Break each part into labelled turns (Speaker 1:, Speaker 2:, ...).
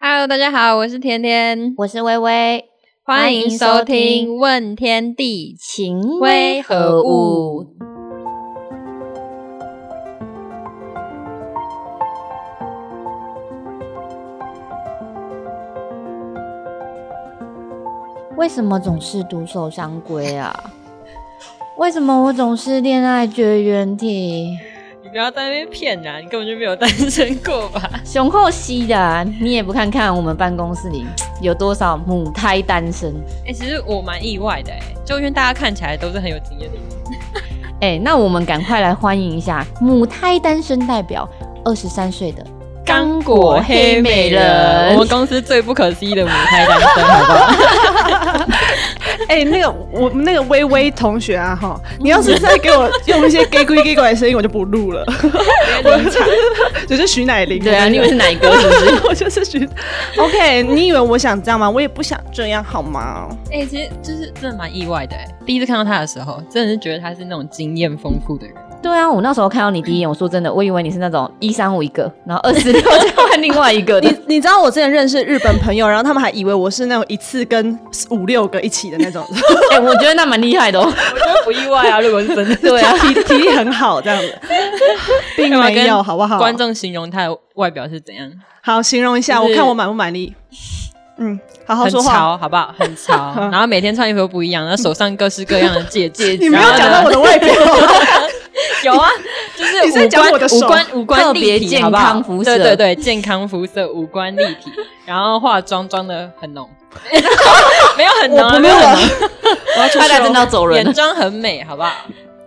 Speaker 1: Hello，大家好，我是甜甜，
Speaker 2: 我是微微，
Speaker 1: 欢迎收
Speaker 2: 欢迎收
Speaker 1: 听《
Speaker 2: 听
Speaker 1: 问天地
Speaker 2: 情
Speaker 1: 为何物》。
Speaker 2: 为什么总是独守相归啊？ 为什么我总是恋爱绝缘体？
Speaker 1: 你不要在那边骗人、你根本就没有单身过 吧？
Speaker 2: 啊雄厚兮的啊、你也不看看我们办公室里有多少母胎单身？
Speaker 1: 哎、其实我蛮意外的、哎，就因为大家看起来都是很有经验的人。
Speaker 2: 哎、那我们赶快来欢迎一下母胎单身代表，二十三岁的刚果黑美人
Speaker 1: 我们公司最不可思议的母胎单身，好不 好？
Speaker 3: 哎、那个我们那个微微同学啊，哈，你要是再给我用一些 gay 鬼 gay 鬼的声音，我就不录了。 我是徐乃麟，
Speaker 2: 对啊，
Speaker 3: 我
Speaker 2: 你以为是哪一个？
Speaker 3: 就是 我就是徐。OK，你以为我想这样吗？我也不想这样，好吗？
Speaker 1: 哎、其实就是真的蛮意外的、哎，第一次看到他的时候，真的是觉得他是那种经验丰富的人。
Speaker 2: 对啊，我那时候看到你第一眼，我说真的，我以为你是那种一三五一个，然后二四六就换另外一个的
Speaker 3: 你你知道我之前认识日本朋友，然后他们还以为我是那种一次跟五六个一起的 那种，
Speaker 2: 哎、我觉得那蛮厉害的哦。
Speaker 1: 我觉得不意外啊，如果是 真的。
Speaker 2: 对啊，
Speaker 3: 体体力很好这样 子，并
Speaker 1: 干嘛
Speaker 3: 没有，
Speaker 1: 跟
Speaker 3: 好不好？
Speaker 1: 观众形容他的外表是怎样？
Speaker 3: 好，形容一下，
Speaker 1: 就
Speaker 3: 我
Speaker 1: 是
Speaker 3: 看我满不满意。嗯，好好
Speaker 1: 很
Speaker 3: 说话。
Speaker 1: 潮，好不好？很潮，然后每天穿衣服都不一样，然后手上各式各样的戒指。
Speaker 3: 你没有
Speaker 1: 然后呢
Speaker 3: 讲到我的 外表。
Speaker 1: 有啊，就是
Speaker 3: 你是
Speaker 1: 五
Speaker 3: 讲
Speaker 1: 官
Speaker 3: 我的手
Speaker 1: 五官五官立
Speaker 2: 特别
Speaker 1: 体，
Speaker 2: 健
Speaker 1: 好不好
Speaker 2: 康肤色
Speaker 1: 对对对，健康肤色，五官立体，然后化妆妆的很浓，没有很浓啊，
Speaker 3: 我
Speaker 1: 没
Speaker 3: 没
Speaker 1: 有
Speaker 3: 有
Speaker 1: 很
Speaker 3: 啊
Speaker 1: 浓，
Speaker 3: 我要出
Speaker 2: 大家
Speaker 3: 去
Speaker 2: 真
Speaker 3: 哦
Speaker 2: 的要走人了
Speaker 1: 眼，妆很美，好不好？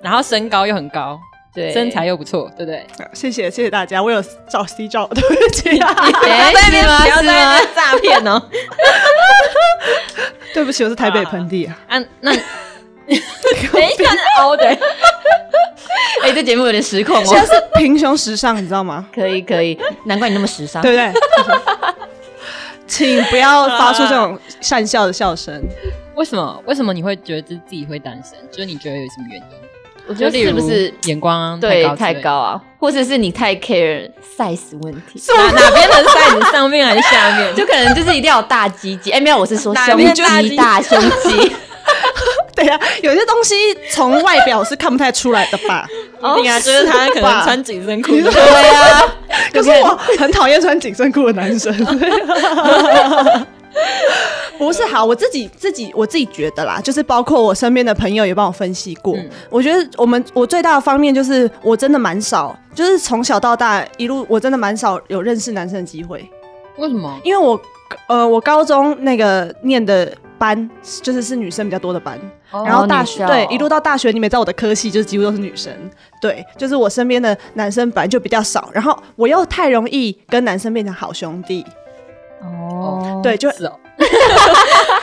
Speaker 1: 然后身高又很高，
Speaker 2: 对
Speaker 1: 身材。又不错，对不对？
Speaker 3: 谢谢谢谢大家，我有照 C 照， 对不起、啊，
Speaker 2: 哎、是吗？
Speaker 1: 不要在那
Speaker 2: 是吗？
Speaker 1: 边诈骗 哦。
Speaker 3: 对不起，我是台北盆地啊。
Speaker 1: 啊，那等一下是凹的，
Speaker 2: 哎、这节目有点失控
Speaker 3: 啊现在
Speaker 2: 哦。
Speaker 3: 是平胸时尚，你知道吗？
Speaker 2: 可以可以，难怪你那么时尚。
Speaker 3: 对不对？ 请不要发出这种善笑的笑声。
Speaker 1: 为什么？为什么你会觉得自己会单身？就是你觉得有什么原因？
Speaker 2: 我觉
Speaker 1: 就
Speaker 2: 得
Speaker 1: 例
Speaker 2: 是
Speaker 1: 如
Speaker 2: 不是
Speaker 1: 眼光
Speaker 2: 对
Speaker 1: 高
Speaker 2: 太
Speaker 1: 之类的？
Speaker 2: 高啊，或者是你太 care size 问题，
Speaker 1: 哪哪边的在你上面还是下面？
Speaker 2: 就可能就是一定要有大鸡鸡。哎、没有，我是说
Speaker 1: 哪
Speaker 2: 胸
Speaker 1: 边大鸡
Speaker 2: 肌大胸 肌。
Speaker 3: 对呀、有些东西从外表是看不太出来的吧？
Speaker 2: 哦
Speaker 1: 一定啊，就是他可能穿紧身裤，
Speaker 3: 你说
Speaker 2: 对啊，
Speaker 3: 可是我很讨厌穿紧身裤的男生。 不是好，我自己自己我自己觉得啦，就是包括我身边的朋友也帮我分析过。
Speaker 1: 嗯
Speaker 3: 我觉得我们我最大的方面就是我真的蛮少，就是从小到大一路我真的蛮少有认识男生的机会，
Speaker 1: 为什么？
Speaker 3: 因为我呃我高中那个念的班就是是女生比较多的班，
Speaker 1: 哦
Speaker 3: 然后大学、
Speaker 2: 女校
Speaker 3: 对一路到大学，你们也知道我的科系就是几乎都是女生，对，就是我身边的男生本来就比较少，然后我又太容易跟男生变成好兄弟，
Speaker 2: 哦，
Speaker 3: 对，就
Speaker 1: 就是哦。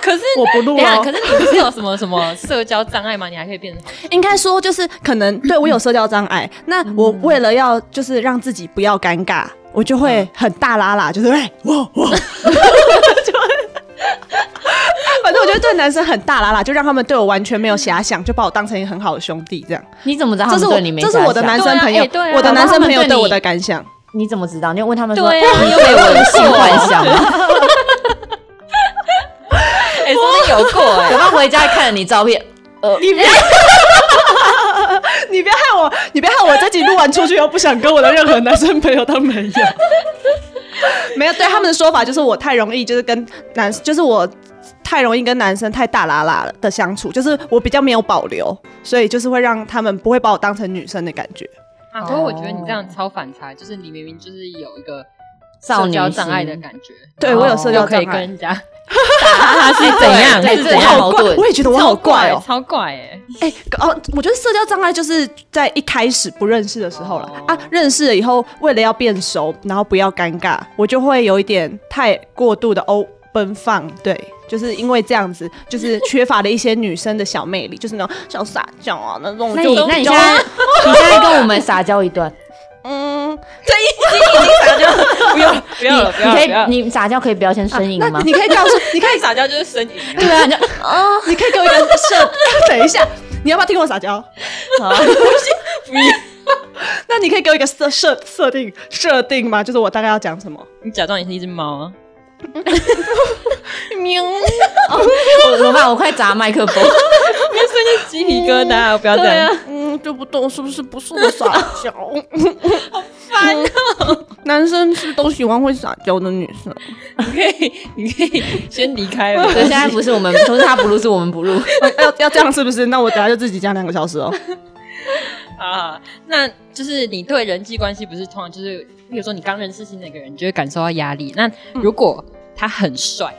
Speaker 1: 可是
Speaker 3: 我不
Speaker 1: 等
Speaker 3: 录
Speaker 1: 一下，啊可
Speaker 3: 哦。
Speaker 1: 是你不是有什么什么社交障碍吗？你还可以变成
Speaker 3: 应该说就是可能对我有社交障碍，
Speaker 1: 嗯
Speaker 3: 那我为了要就是让自己不要尴尬，我就
Speaker 1: 嗯
Speaker 3: 会很大拉拉，就是哎我我。 就会反正我觉得对男生很大拉拉，就让他们对我完全没有遐想，就把我当成一个很好的兄弟这样。
Speaker 2: 你怎么知道他们
Speaker 3: 这是
Speaker 2: 啊对
Speaker 3: 我
Speaker 2: 你没
Speaker 3: 这是
Speaker 2: 遐
Speaker 3: 我的
Speaker 2: 想
Speaker 3: 男生朋
Speaker 1: 哎
Speaker 3: 友
Speaker 1: 对啊，
Speaker 3: 我的男生朋友
Speaker 2: 他们对
Speaker 3: 对
Speaker 2: 你
Speaker 3: 我的感想，
Speaker 2: 你怎么知道？你就问他们说，哦
Speaker 1: 对啊
Speaker 2: 你
Speaker 1: 又
Speaker 2: 对
Speaker 1: 没
Speaker 2: 我有
Speaker 1: 问
Speaker 2: 性
Speaker 1: 过
Speaker 2: 幻想吗？
Speaker 1: 哎，真的有过哎。
Speaker 2: 我爸回家看了你照片，呃，
Speaker 3: 你别，你别害我，你别害我自己录完出去又不想跟我的任何男生朋友当朋 友。没有，对他们的说法就是我太容易就是跟男，就是我太容易跟男生太大拉拉了的相处，就是我比较没有保留，所以就是会让他们不会把我当成女生的感觉。
Speaker 1: 啊，不过我觉得你这样超反差，就是你明明就是有一个
Speaker 2: 少
Speaker 1: 社
Speaker 2: 女
Speaker 1: 交
Speaker 2: 心
Speaker 1: 障碍的感觉，
Speaker 3: 对我有社
Speaker 1: 又
Speaker 3: 交
Speaker 1: 可
Speaker 3: 障
Speaker 1: 以跟
Speaker 3: 碍，
Speaker 1: 人家打哈哈是怎样？
Speaker 2: 对
Speaker 1: 是
Speaker 2: 这
Speaker 1: 怎
Speaker 2: 好
Speaker 1: 样？
Speaker 2: 矛
Speaker 3: 怪
Speaker 2: 盾
Speaker 3: 哎我也觉得我好怪哦、
Speaker 1: 超怪哎！
Speaker 3: 哎、哦，我觉得社交障碍就是在一开始不认识的时候了、
Speaker 1: 哦
Speaker 3: 啊，认识了以后，为了要变熟，然后不要尴尬，我就会有一点太过度的 open 放，对，就是因为这样子，就是缺乏了一些女生的小魅力，就是那种小撒娇啊那种。
Speaker 2: 那
Speaker 3: 就
Speaker 2: 你那你现在 你现在跟我们撒娇一段，
Speaker 3: 嗯，
Speaker 1: 不要不
Speaker 2: 你
Speaker 1: 要了，不
Speaker 2: 你
Speaker 1: 要
Speaker 2: 可
Speaker 1: 了，不要了
Speaker 2: 以。你撒娇可以不要先呻吟吗哦
Speaker 3: 那？你 可以 告诉，你可
Speaker 1: 太
Speaker 3: 以，
Speaker 1: 撒娇就是呻 吟啊。
Speaker 2: 对啊，你就
Speaker 3: 你可以给我一个设， 等一下，你要不要听我撒娇？
Speaker 2: 好
Speaker 3: 那你可以给我一个设设设定设定吗？就是我大概要讲什么？
Speaker 1: 你假装你是一只猫啊， 喵，
Speaker 2: 我怎么办？我快砸麦克 风！
Speaker 1: 那瞬间鸡皮疙瘩，不要这样。
Speaker 3: 嗯，对不动是不是不是我撒娇？好烦哦、男生是都喜欢会撒娇的女生。
Speaker 1: 你可以，你可以先离开 了。
Speaker 2: 对，现在不是我们，从他不录是我们不录。
Speaker 3: 哦要要这样是不是？那我等下就自己讲两个小时哦。
Speaker 1: 啊，那就是你对人际关系不是通常就是，比如说你刚认识新的一个人，你就会感受到压力。那如果他很帅，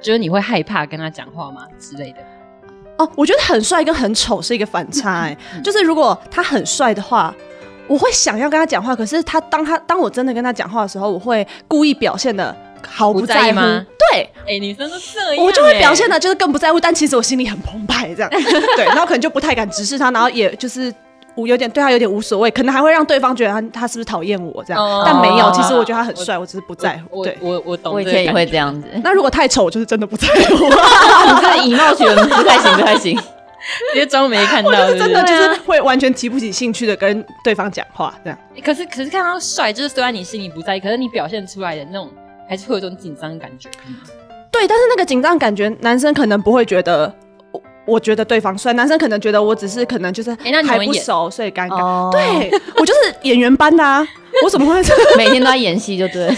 Speaker 1: 就是你会害怕跟他讲话吗之类的？
Speaker 3: 哦，我觉得很帅跟很丑是一个反差、欸，就是如果他很帅的话。我会想要跟他讲话，可是他当他当我真的跟他讲话的时候，我会故意表现的毫
Speaker 1: 不
Speaker 3: 不
Speaker 1: 在意
Speaker 3: 在乎，
Speaker 1: 吗
Speaker 3: 对，
Speaker 1: 哎、女生都这样、
Speaker 3: 我就会表现
Speaker 1: 的。
Speaker 3: 的就是更不在乎，但其实我心里很澎湃，这样 对，然后可能就不太敢直视他，然后也就是无有点对他有点无所谓，可能还会让对方觉得他他是不是讨厌我这样，
Speaker 1: 哦
Speaker 3: 但没有，其实我觉得他很帅，我只是不在乎。
Speaker 1: 我
Speaker 3: 对，
Speaker 1: 我我懂，
Speaker 2: 我以前也会这。样子，
Speaker 3: 那如果太丑，我就是真的不在乎，啊
Speaker 2: 你这以貌取人不太行，不太行。
Speaker 1: 直接装没看到，
Speaker 3: 就是真
Speaker 1: 对
Speaker 3: 的
Speaker 1: 不对
Speaker 3: 就是会完全提不起兴趣的跟对方讲话这样。
Speaker 1: 可是可是看到帅，就是虽然你心里不在意，可是你表现出来的那种，还是会有一种紧张的感觉。
Speaker 3: 对，但是那个紧张感觉，男生可能不会觉得。我我觉得对方帅，男生可能觉得我只是可能就是
Speaker 1: 那你
Speaker 3: 还
Speaker 1: 们
Speaker 3: 不
Speaker 1: 演
Speaker 3: 熟，所以尴尬。
Speaker 2: 哦，
Speaker 3: 对我就是演员班的啊，我怎么会
Speaker 2: 每天都在演戏，就对了。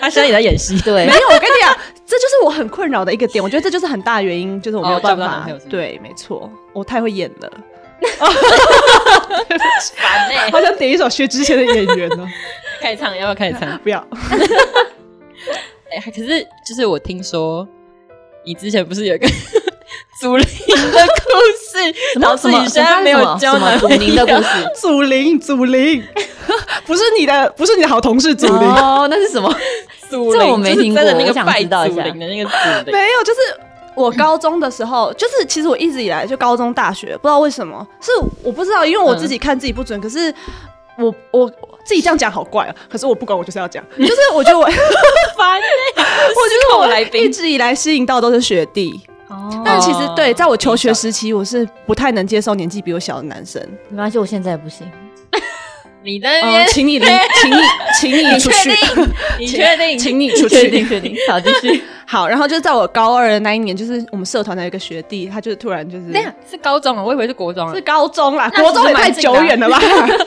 Speaker 1: 他现在也在演戏，
Speaker 2: 对
Speaker 3: 没，有，我跟你讲，这就是我很困扰的一个点。我觉得这就是很大的原因，就是我没有
Speaker 1: 哦找
Speaker 3: 办
Speaker 1: 不到
Speaker 3: 法。
Speaker 1: 男朋友是吗
Speaker 3: 对，没错，我太会演了，
Speaker 1: 烦嘞、
Speaker 3: 好想点一首薛之谦的《演员》哦。
Speaker 1: 开始唱，要不要开始唱？
Speaker 3: 不要，
Speaker 1: 哎、可是就是我听说你之前不是有一个 祖灵的故事，
Speaker 2: 什
Speaker 1: 然
Speaker 2: 么
Speaker 1: 后是
Speaker 2: 什
Speaker 1: 你
Speaker 2: 么
Speaker 1: 现在没有
Speaker 2: 什
Speaker 1: 交
Speaker 2: 么
Speaker 1: 男
Speaker 2: 什么
Speaker 1: 朋
Speaker 2: 祖
Speaker 1: 友
Speaker 2: 宁的 故事？
Speaker 3: 祖林，祖林， 不是你的，不是你的好同事祖林，
Speaker 2: 哦，那是什么？
Speaker 1: 祖
Speaker 2: 这我
Speaker 1: 灵，
Speaker 2: 没
Speaker 1: 就是
Speaker 2: 听
Speaker 1: 真的
Speaker 2: 过
Speaker 1: 那
Speaker 2: 我
Speaker 1: 个
Speaker 2: 想
Speaker 1: 拜
Speaker 2: 知道一
Speaker 1: 祖
Speaker 2: 下
Speaker 1: 灵的那个祖 灵。
Speaker 3: 没有，就是我高中的时候，就是其实我一直以来就高中、大学，不知道为什么，是我不知道，因为我自己看自己不准，可是。我我我自己这样讲好怪啊，可是我不管，我就是要讲，就是我觉得我我觉
Speaker 1: 烦欸，
Speaker 3: 得
Speaker 1: 我来
Speaker 3: 一
Speaker 1: 宾，
Speaker 3: 直以来吸引到都是学弟，
Speaker 1: 哦
Speaker 3: 但其实对，在我求学时期，我是不太能接受年纪比我小的男生。
Speaker 2: 没关系，我现在也不行。哦
Speaker 1: 你在那
Speaker 3: 嗯
Speaker 1: 边，，
Speaker 3: 请你离，请你，请你出去，
Speaker 1: 你确定？
Speaker 3: 请你出
Speaker 2: 确
Speaker 3: 去。
Speaker 2: 定确 定，好，继续。
Speaker 3: 好，然后就是在我高二的那一年，就是我们社团的一个学弟，他就是突然就是
Speaker 1: 那是高中啊，我以为是国中啊
Speaker 3: 是。高中啦，
Speaker 1: 那
Speaker 3: 国中也
Speaker 1: 其实蛮
Speaker 3: 太
Speaker 1: 近
Speaker 3: 久
Speaker 1: 的啊
Speaker 3: 远了吧？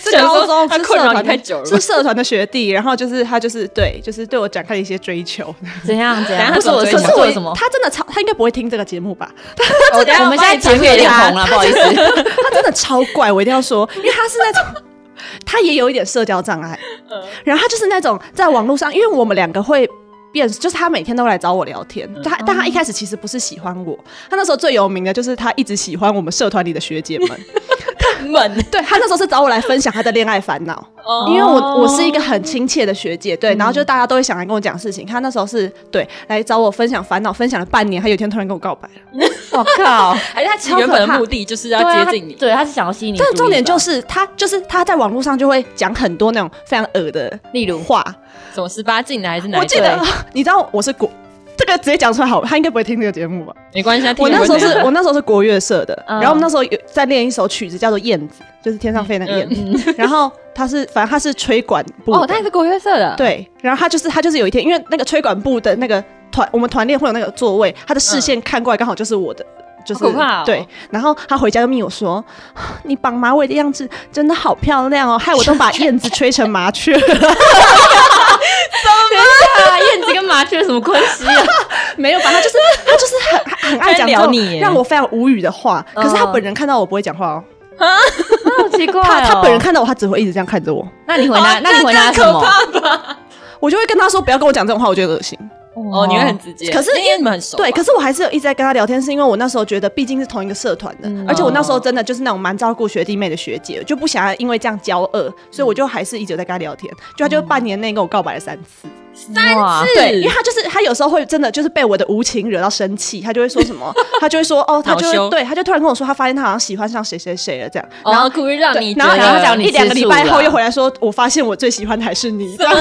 Speaker 3: 是
Speaker 1: 想
Speaker 3: 高
Speaker 1: 说
Speaker 3: 中，
Speaker 1: 他
Speaker 3: 是
Speaker 1: 困
Speaker 3: 社
Speaker 1: 扰
Speaker 3: 团
Speaker 1: 你太久了吧
Speaker 3: 是社团的学弟，然后就是他就是对，就是对我展开了一些追求。
Speaker 2: 怎样怎
Speaker 1: 等
Speaker 2: 样？
Speaker 1: 一下
Speaker 2: 不是我的
Speaker 1: 怎么追
Speaker 2: 错，不是
Speaker 1: 求
Speaker 2: 我的什么？
Speaker 3: 他真的超，他应该不会听这个节目吧？
Speaker 1: 我我
Speaker 2: 我们现在节目有点红啊了，不好意思。
Speaker 3: 他真的超怪，我一定要说，因为他是那种，他也有一点社交障碍，然后他就是那种在网络上，因为我们两个会。变就是他每天都来找我聊天，他但他一开始其实不是喜欢我，他那时候最有名的就是他一直喜欢我们社团里的学姐们，
Speaker 1: 闷，
Speaker 3: 对他那时候是找我来分享他的恋爱烦恼，
Speaker 1: 哦
Speaker 3: 因为我我是一个很亲切的学姐，对，然后就大家都会想来跟我讲事情，他那时候是对来找我分享烦恼，分享了半年，他有一天突然跟我告白了。
Speaker 2: 我哦靠！
Speaker 1: 还是他其实原本的目的就是要
Speaker 2: 对啊
Speaker 1: 接近你，
Speaker 2: 对，他是想要吸引你注意吧。
Speaker 3: 但重点就是他，就是他在网络上就会讲很多那种非常恶的
Speaker 2: 例如
Speaker 3: 话。
Speaker 1: 什么十八禁的还是哪一
Speaker 3: 我
Speaker 1: 个？
Speaker 3: 记得， 你知道我是国这个直接讲出来好，他应该不会听这个节目吧？
Speaker 1: 没关系，他听
Speaker 3: 我那时候是
Speaker 1: 不会
Speaker 3: 我那时候是国乐社的，
Speaker 2: 嗯
Speaker 3: 然后我们那时候有在练一首曲子叫做《燕子》，就是天上飞那个燕子。然后他是反正他是吹管部
Speaker 1: 嗯哦，
Speaker 3: 的
Speaker 1: 他也是国乐社的，，
Speaker 3: 对，然后他就是他就是有一天，因为那个吹管部的那个团，我们团练会有那个座位，他的视线看过来刚好就是我的。就是
Speaker 1: 好可怕哦
Speaker 3: 对，然后他回家就密我说：“你绑马尾的样子真的好漂亮哦，害我都把燕子吹成麻雀。
Speaker 2: 啊，燕子跟麻雀有什么关系啊？”
Speaker 3: 没有吧？他 就是他就是很他很爱讲这
Speaker 1: 他
Speaker 3: 种
Speaker 1: 很聊你耶
Speaker 3: 让我非常无语的话。可是他
Speaker 2: 嗯
Speaker 3: 本人看到我不会讲话哦，
Speaker 2: 好奇怪
Speaker 3: 他
Speaker 2: 哦。
Speaker 3: 他本人看到我，他只会一直这样看着我。
Speaker 2: 那你回答，那你回答什
Speaker 1: 哦可
Speaker 2: 么？
Speaker 1: 怕吧？
Speaker 3: 我就会跟他说：“不要跟我讲这种话，我觉得恶心。”
Speaker 1: 哦，你会很直接，
Speaker 3: 可是
Speaker 1: 因为你们很熟吧，
Speaker 3: 对，可是我还是有一直在跟他聊天，是因为我那时候觉得毕竟是同一个社团的，
Speaker 1: 嗯
Speaker 3: 而且我那时候真的就是那种蛮照顾学弟妹的学姐，就不想要因为这样骄傲，所以我就还是一直有在跟他聊天。就他
Speaker 1: 嗯
Speaker 3: 就半年内跟我告白了三次，
Speaker 2: 哇，
Speaker 3: 对，因为
Speaker 1: 是
Speaker 3: 他就是他有时候会真的就是被我的无情惹到生气，他就会说 什么，他就会说哦，他就
Speaker 1: 恼
Speaker 3: 会
Speaker 1: 羞
Speaker 3: 对，他就突然跟我说他发现他好像喜欢上谁谁谁了这样，然
Speaker 1: 然
Speaker 3: 后
Speaker 1: 后。故意让
Speaker 3: 对
Speaker 1: 你，
Speaker 3: 然后
Speaker 2: 觉得
Speaker 3: 然后
Speaker 2: 让你
Speaker 3: 一两个
Speaker 2: 吃
Speaker 3: 礼
Speaker 2: 醋
Speaker 3: 拜后
Speaker 2: 了
Speaker 3: 又回来说，我发现我最喜欢的还是你。这样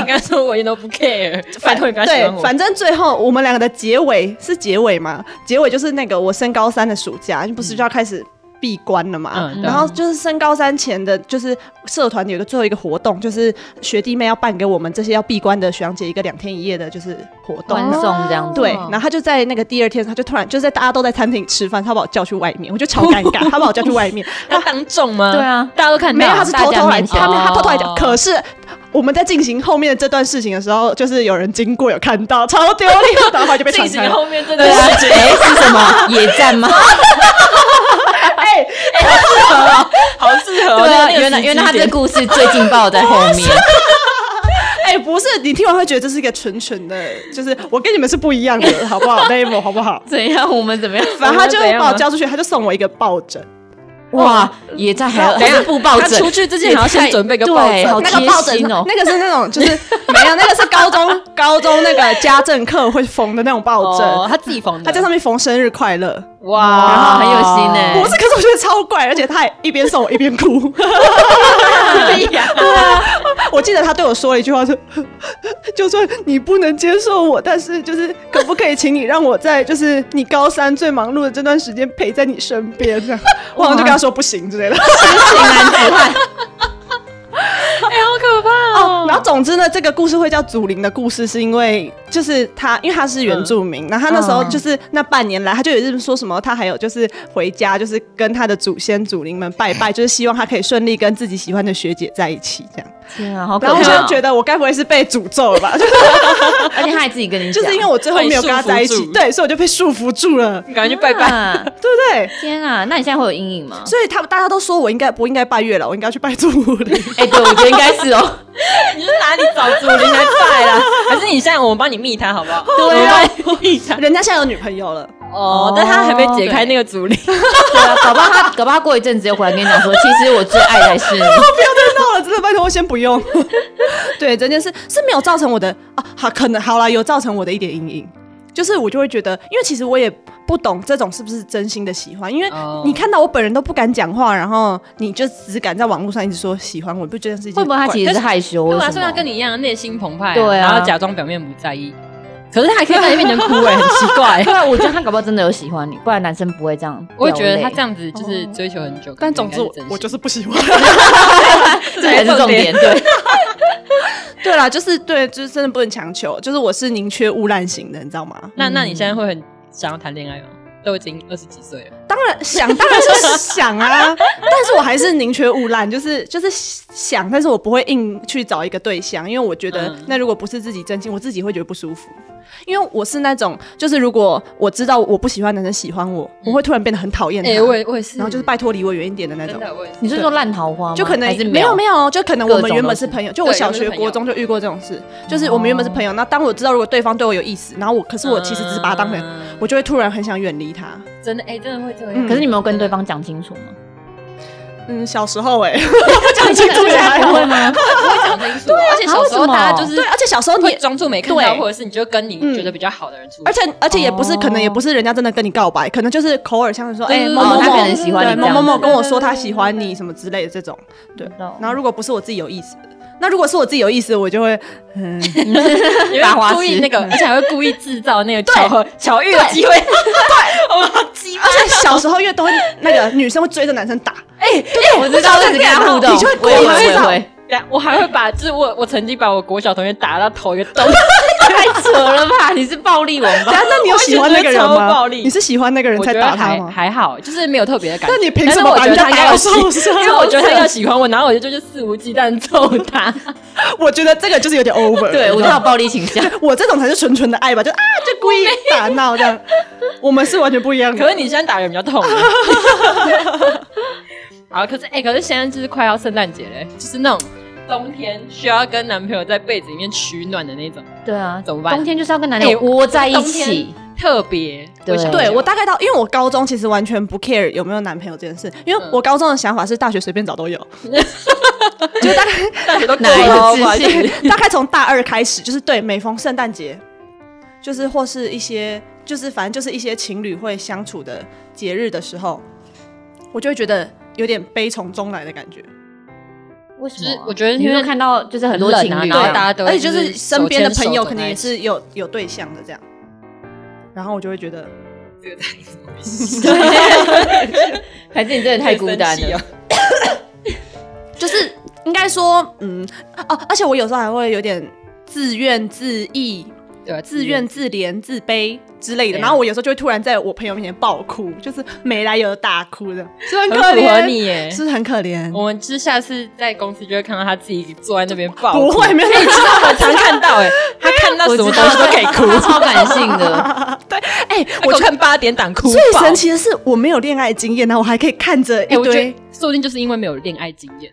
Speaker 1: 应该说我一点都不 care，拜托你不要喜欢
Speaker 3: 对，
Speaker 1: 我。
Speaker 3: 反正最后我们两个的结尾是结尾嘛？结尾就是那个我升高三的暑假，不是就要开始闭关了嘛，
Speaker 1: 嗯对
Speaker 3: 然后就是升高三前的，就是社团有个最后一个活动，就是学弟妹要办给我们这些要闭关的学长姐一个两天一夜的，就是活动。
Speaker 2: 欢送这样子。
Speaker 3: 对，
Speaker 1: 哦
Speaker 3: 然后他就在那个第二天，他就突然就在大家都在餐厅吃饭，他把我叫去外面，我就超尴 尬，他把我叫去外面，
Speaker 1: 要当众吗？
Speaker 2: 对啊
Speaker 1: 大家都看 到，
Speaker 3: 没有，他是
Speaker 2: 大家
Speaker 3: 偷偷来，
Speaker 2: 面前
Speaker 3: 他没有他偷偷来
Speaker 1: 哦
Speaker 3: 讲。可是我们在进行后面的这段事情的时候，就是有人经过有看到，超丢脸，然后后来就被传
Speaker 1: 进行
Speaker 3: 开了。
Speaker 1: 后面真的
Speaker 2: 对啊，
Speaker 1: 是
Speaker 2: 哎是什么野战吗？
Speaker 3: 哎，
Speaker 1: 好适合哦。
Speaker 2: 对
Speaker 1: 那
Speaker 2: 啊，
Speaker 1: 个时
Speaker 2: 原来原来他
Speaker 1: 机
Speaker 2: 这
Speaker 1: 点
Speaker 2: 故事最劲爆在后面。
Speaker 3: 哎、不是，你听完会觉得这是一个纯纯的，就是我跟你们是不一样的，好不好？level 好不好？
Speaker 2: 怎样？我们怎么样？
Speaker 3: 反正他就
Speaker 1: 我们怎样啊
Speaker 3: 把我交出去，他就送我一个抱枕，
Speaker 2: 哇，野战还要
Speaker 1: 等一下
Speaker 2: 还是布抱
Speaker 1: 他
Speaker 2: 枕
Speaker 1: 出。去之前还要先准备个
Speaker 2: 对
Speaker 1: 抱枕，
Speaker 2: 好
Speaker 3: 那个
Speaker 2: 贴
Speaker 3: 抱枕
Speaker 2: 心哦
Speaker 3: 那个是那种就是 没有，那个是高中高中那个家政课会缝的那种抱枕，
Speaker 1: 哦他自己缝的，
Speaker 3: 他在上面缝生日快乐。
Speaker 1: 哇，
Speaker 2: 然后很有心欸
Speaker 3: 不是，可是我觉得超怪，而且他还一边送我一边哭。对啊，我记得他对我说了一 句话是：“就算你不能接受我，但是就是可不可以请你让我在就是你高三最忙碌的这段时间陪在你身边？”这样，我好像就跟他说不行之类的。
Speaker 1: 哎，好可怕
Speaker 3: 哦
Speaker 1: 哦，。
Speaker 3: 然后总之呢，这个故事会叫祖灵的故事，是因为就是他，因为他是原住民，然后他那时候就是那半年来，他就有一直说什么，他还有就是回家，就是跟他的祖先祖灵们拜拜，就是希望他可以顺利跟自己喜欢的学姐在一起这样。
Speaker 2: 天啊，好可
Speaker 3: 然后
Speaker 2: 怕！
Speaker 3: 我就觉，得我该不会是被诅咒了吧？就是
Speaker 2: 而且他还自己跟你讲，
Speaker 3: 就是因为我最后没有跟他在
Speaker 1: 被
Speaker 3: 一起
Speaker 1: 束缚，住
Speaker 3: 对，所以我就被束缚住了，
Speaker 1: 赶快去拜拜，
Speaker 2: 啊
Speaker 3: 对不对？
Speaker 2: 天啊，那你现在会有阴影吗？
Speaker 3: 所以他们大家都说我应该不应该拜月老，我应该去拜祖灵。
Speaker 2: 哎，对，我觉得应该是哦。
Speaker 1: 你是哪里找祖灵来拜啦？ 还是你现在我们帮你密他好不好？我
Speaker 2: 对啊
Speaker 1: 们帮你密 他
Speaker 3: 人家现在有女朋友了，
Speaker 1: 哦，但他还没解开那个阻力，
Speaker 2: 对啊，搞不好他，搞不好他过一阵子又回来跟你讲说，其实我最爱的还是你。
Speaker 3: 不要再闹了，真的拜托，先不用。 对，这件事是没有造成我的啊，好，可能好啦，有造成我的一点阴影。就是我就会觉得，因为其实我也不懂这种是不是真心的喜欢，因为
Speaker 1: 哦
Speaker 3: 你看到我本人都不敢讲话，然后你就只敢在网络上一直说喜欢我，不觉得是一件
Speaker 2: 会不会他
Speaker 3: 怪
Speaker 2: 其实是害羞？
Speaker 1: 对
Speaker 2: 或
Speaker 1: 啊，所
Speaker 2: 者什
Speaker 1: 以他
Speaker 2: 么？
Speaker 1: 跟你一样内心澎湃啊，
Speaker 2: 对啊
Speaker 1: 然后假装表面不在意，可是他还可以在你 面前哭哎，很奇怪
Speaker 2: 对。啊，我觉得他搞不好真的有喜欢你，不然男生不会这 样。
Speaker 1: 我也觉得他这，样子就是追求很久，
Speaker 3: 但总之
Speaker 1: 应
Speaker 3: 我
Speaker 1: 该真心
Speaker 3: 我就是不喜 欢。
Speaker 2: 这才是重点。对，
Speaker 3: 对啦，就是对，就是真的不能强求，就是我是宁缺毋滥型的，你知道吗？
Speaker 1: 那那你现在会很想要谈恋爱吗？都已经二十几岁了，
Speaker 3: 当然 想，当然是想啊，但是我还是宁缺毋滥，就是就是想，但是我不会硬去找一个对象，因为我觉得、
Speaker 1: 嗯
Speaker 3: 那如果不是自己真心，我自己会觉得不舒服。因为我是那种，就是如果我知道我不喜欢的男生喜欢我，我会突然变得很讨厌他，
Speaker 1: 哎，嗯我也我也是，
Speaker 3: 然后就是拜托离我远一点的那
Speaker 1: 真
Speaker 3: 种。
Speaker 1: 的我也是
Speaker 2: 你是说烂桃花吗？
Speaker 3: 就可能
Speaker 2: 还是
Speaker 3: 没有没有，就可能我
Speaker 2: 各
Speaker 3: 们
Speaker 2: 种
Speaker 3: 原
Speaker 2: 都
Speaker 3: 本
Speaker 2: 是
Speaker 3: 是朋友，哦就我
Speaker 1: 对
Speaker 3: 小
Speaker 1: 原本是
Speaker 3: 学、
Speaker 1: 朋
Speaker 3: 国
Speaker 1: 友
Speaker 3: 中就遇过这种事，就是我们原本是朋友，那当我知道如果对方对我有意思，然后我可是我其实只是把他当朋友，
Speaker 1: 嗯
Speaker 3: 我就会突然很想远离他。
Speaker 1: 真的哎，真的会这样。
Speaker 3: 嗯
Speaker 2: 可是你没有跟对方讲清楚吗？
Speaker 3: 嗯，小时候哎、不讲清楚
Speaker 2: 现
Speaker 3: 也
Speaker 2: 在
Speaker 3: 还
Speaker 2: 还
Speaker 3: 好
Speaker 2: 会。吗？
Speaker 1: 会讲清楚，啊而且小时候大家就是
Speaker 3: 对，而且小时候你
Speaker 1: 啊会，装作没看到，
Speaker 3: 对
Speaker 1: 或者是你就跟你
Speaker 3: 嗯
Speaker 1: 觉得比较好的人出去，
Speaker 3: 而且而且也不是，可能也
Speaker 2: 哦
Speaker 3: 不是人家真的跟你告白，可能就是口耳相传说，
Speaker 1: 对
Speaker 3: 哎，
Speaker 1: 对
Speaker 3: 某某
Speaker 2: 哦
Speaker 3: 某
Speaker 2: 他可能喜欢你
Speaker 3: 对
Speaker 2: 这
Speaker 3: 某
Speaker 2: 样
Speaker 3: 某某
Speaker 2: 子
Speaker 3: 跟我说他喜欢你什么之类的这种。对，然后如果不是我自己有意思，那如果是我自己有意思，我就会嗯，
Speaker 1: 你
Speaker 2: 打花
Speaker 1: 会
Speaker 2: 痴
Speaker 1: 故意 那个，而且还会故意制造那个巧合巧遇的
Speaker 3: 对
Speaker 1: 机会，对，我好鸡巴
Speaker 3: 而。且小时候越多那个女生会追着男生打，
Speaker 1: 哎
Speaker 2: 我知道，一直跟他互动，
Speaker 3: 你就会
Speaker 2: 我也
Speaker 3: 过来
Speaker 2: 会
Speaker 3: 找
Speaker 2: 会。
Speaker 1: 等下我还会把，就是我我曾经把我国小同学打到头一个 洞，
Speaker 2: 太扯了吧！你是暴力王
Speaker 3: 等
Speaker 2: 吧？
Speaker 3: 下，那你有喜欢那个人
Speaker 1: 我会觉得超
Speaker 3: 吗
Speaker 1: 暴？力
Speaker 3: 你是喜欢那个人
Speaker 1: 我
Speaker 3: 才
Speaker 1: 觉得
Speaker 3: 打他
Speaker 1: 还
Speaker 3: 吗？
Speaker 1: 还好，就是没有特别的感觉。
Speaker 3: 那你凭什
Speaker 1: 但是
Speaker 3: 么
Speaker 1: 我
Speaker 3: 把
Speaker 1: 觉
Speaker 3: 人
Speaker 1: 得他
Speaker 3: 家打
Speaker 1: 要
Speaker 3: 到
Speaker 1: 喜
Speaker 3: 受伤？
Speaker 1: 因为我觉得他 要喜欢我，然后我就就就肆无忌惮揍他。
Speaker 3: 我觉得这个就是有点 over。
Speaker 2: 对，我就有暴力倾向。
Speaker 3: 我这种才是纯纯的爱吧，就啊，就故意打闹这样。我们是完全不一样的。
Speaker 1: 可是你现在打人比较痛。啊好，可是哎、可是现在就是快要圣诞节嘞，就是那种冬天需要跟男朋友在被子里面取暖的那种，
Speaker 2: 对啊，
Speaker 1: 怎么办
Speaker 2: 冬天就是要跟男友
Speaker 1: 哎
Speaker 2: 窝在一
Speaker 1: 冬
Speaker 2: 起
Speaker 1: 天。特别
Speaker 2: 对
Speaker 1: 想
Speaker 3: 对
Speaker 1: 讲
Speaker 3: 我大概到，因为我高中其实完全不 care 有没有男朋友这件事，因为我高中的想法是大学随便找都有，就大概
Speaker 1: 大学都过
Speaker 2: 哪一
Speaker 1: 了哦
Speaker 2: 个
Speaker 1: 不好意
Speaker 2: 自
Speaker 1: 思
Speaker 2: 信？
Speaker 3: 大概从大二开始，就是对每逢圣诞节，就是或是一些就是反正就是一些情侣会相处的节日的时候，我就会觉得有点悲从中来的感觉。
Speaker 2: 为什
Speaker 1: 就
Speaker 2: 么
Speaker 1: 是
Speaker 2: 啊？
Speaker 1: 我觉得
Speaker 2: 你
Speaker 1: 因
Speaker 2: 会
Speaker 1: 为
Speaker 2: 看到就是很多
Speaker 1: 很冷
Speaker 2: 情
Speaker 1: 啊
Speaker 2: 侣，
Speaker 1: 然后
Speaker 3: 对
Speaker 1: 大家都会
Speaker 3: 而且就
Speaker 1: 就是
Speaker 3: 是身边的朋友可能也
Speaker 1: 手牵手
Speaker 3: 是有有对象的这样，然后我就会觉得
Speaker 1: 这个太多了
Speaker 2: 还是你真的太孤单
Speaker 1: 会生气
Speaker 2: 了
Speaker 1: 哦。
Speaker 3: 就是应该说，嗯，哦、而且我有时候还会有点自怨自艾、
Speaker 1: 对啊，
Speaker 3: 自怨自怜、自卑之类的。
Speaker 1: 对啊
Speaker 3: 然后我有时候就会突然在我朋友面前爆哭，就是没来由的大哭的，是不是很
Speaker 1: 很
Speaker 3: 可
Speaker 1: 符合
Speaker 3: 怜，
Speaker 1: 你哦耶。
Speaker 3: 是不是很可怜？
Speaker 1: 我们就是下次在公司就会看到他自己坐在那边爆
Speaker 3: 不
Speaker 1: 哭，
Speaker 3: 会，没有
Speaker 1: 你知道我常看到哎， 他看到什么东西都可以
Speaker 2: 我知道
Speaker 1: 哭，
Speaker 2: 超感性的。
Speaker 3: 哎、
Speaker 1: 我
Speaker 3: 我
Speaker 1: 看八点档哭爆。
Speaker 3: 最神奇的是我没有恋爱经验，然后我还可以看着
Speaker 1: 哎，
Speaker 3: 一
Speaker 1: 我觉得
Speaker 3: 堆，
Speaker 1: 说不定就是因为没有恋爱经验，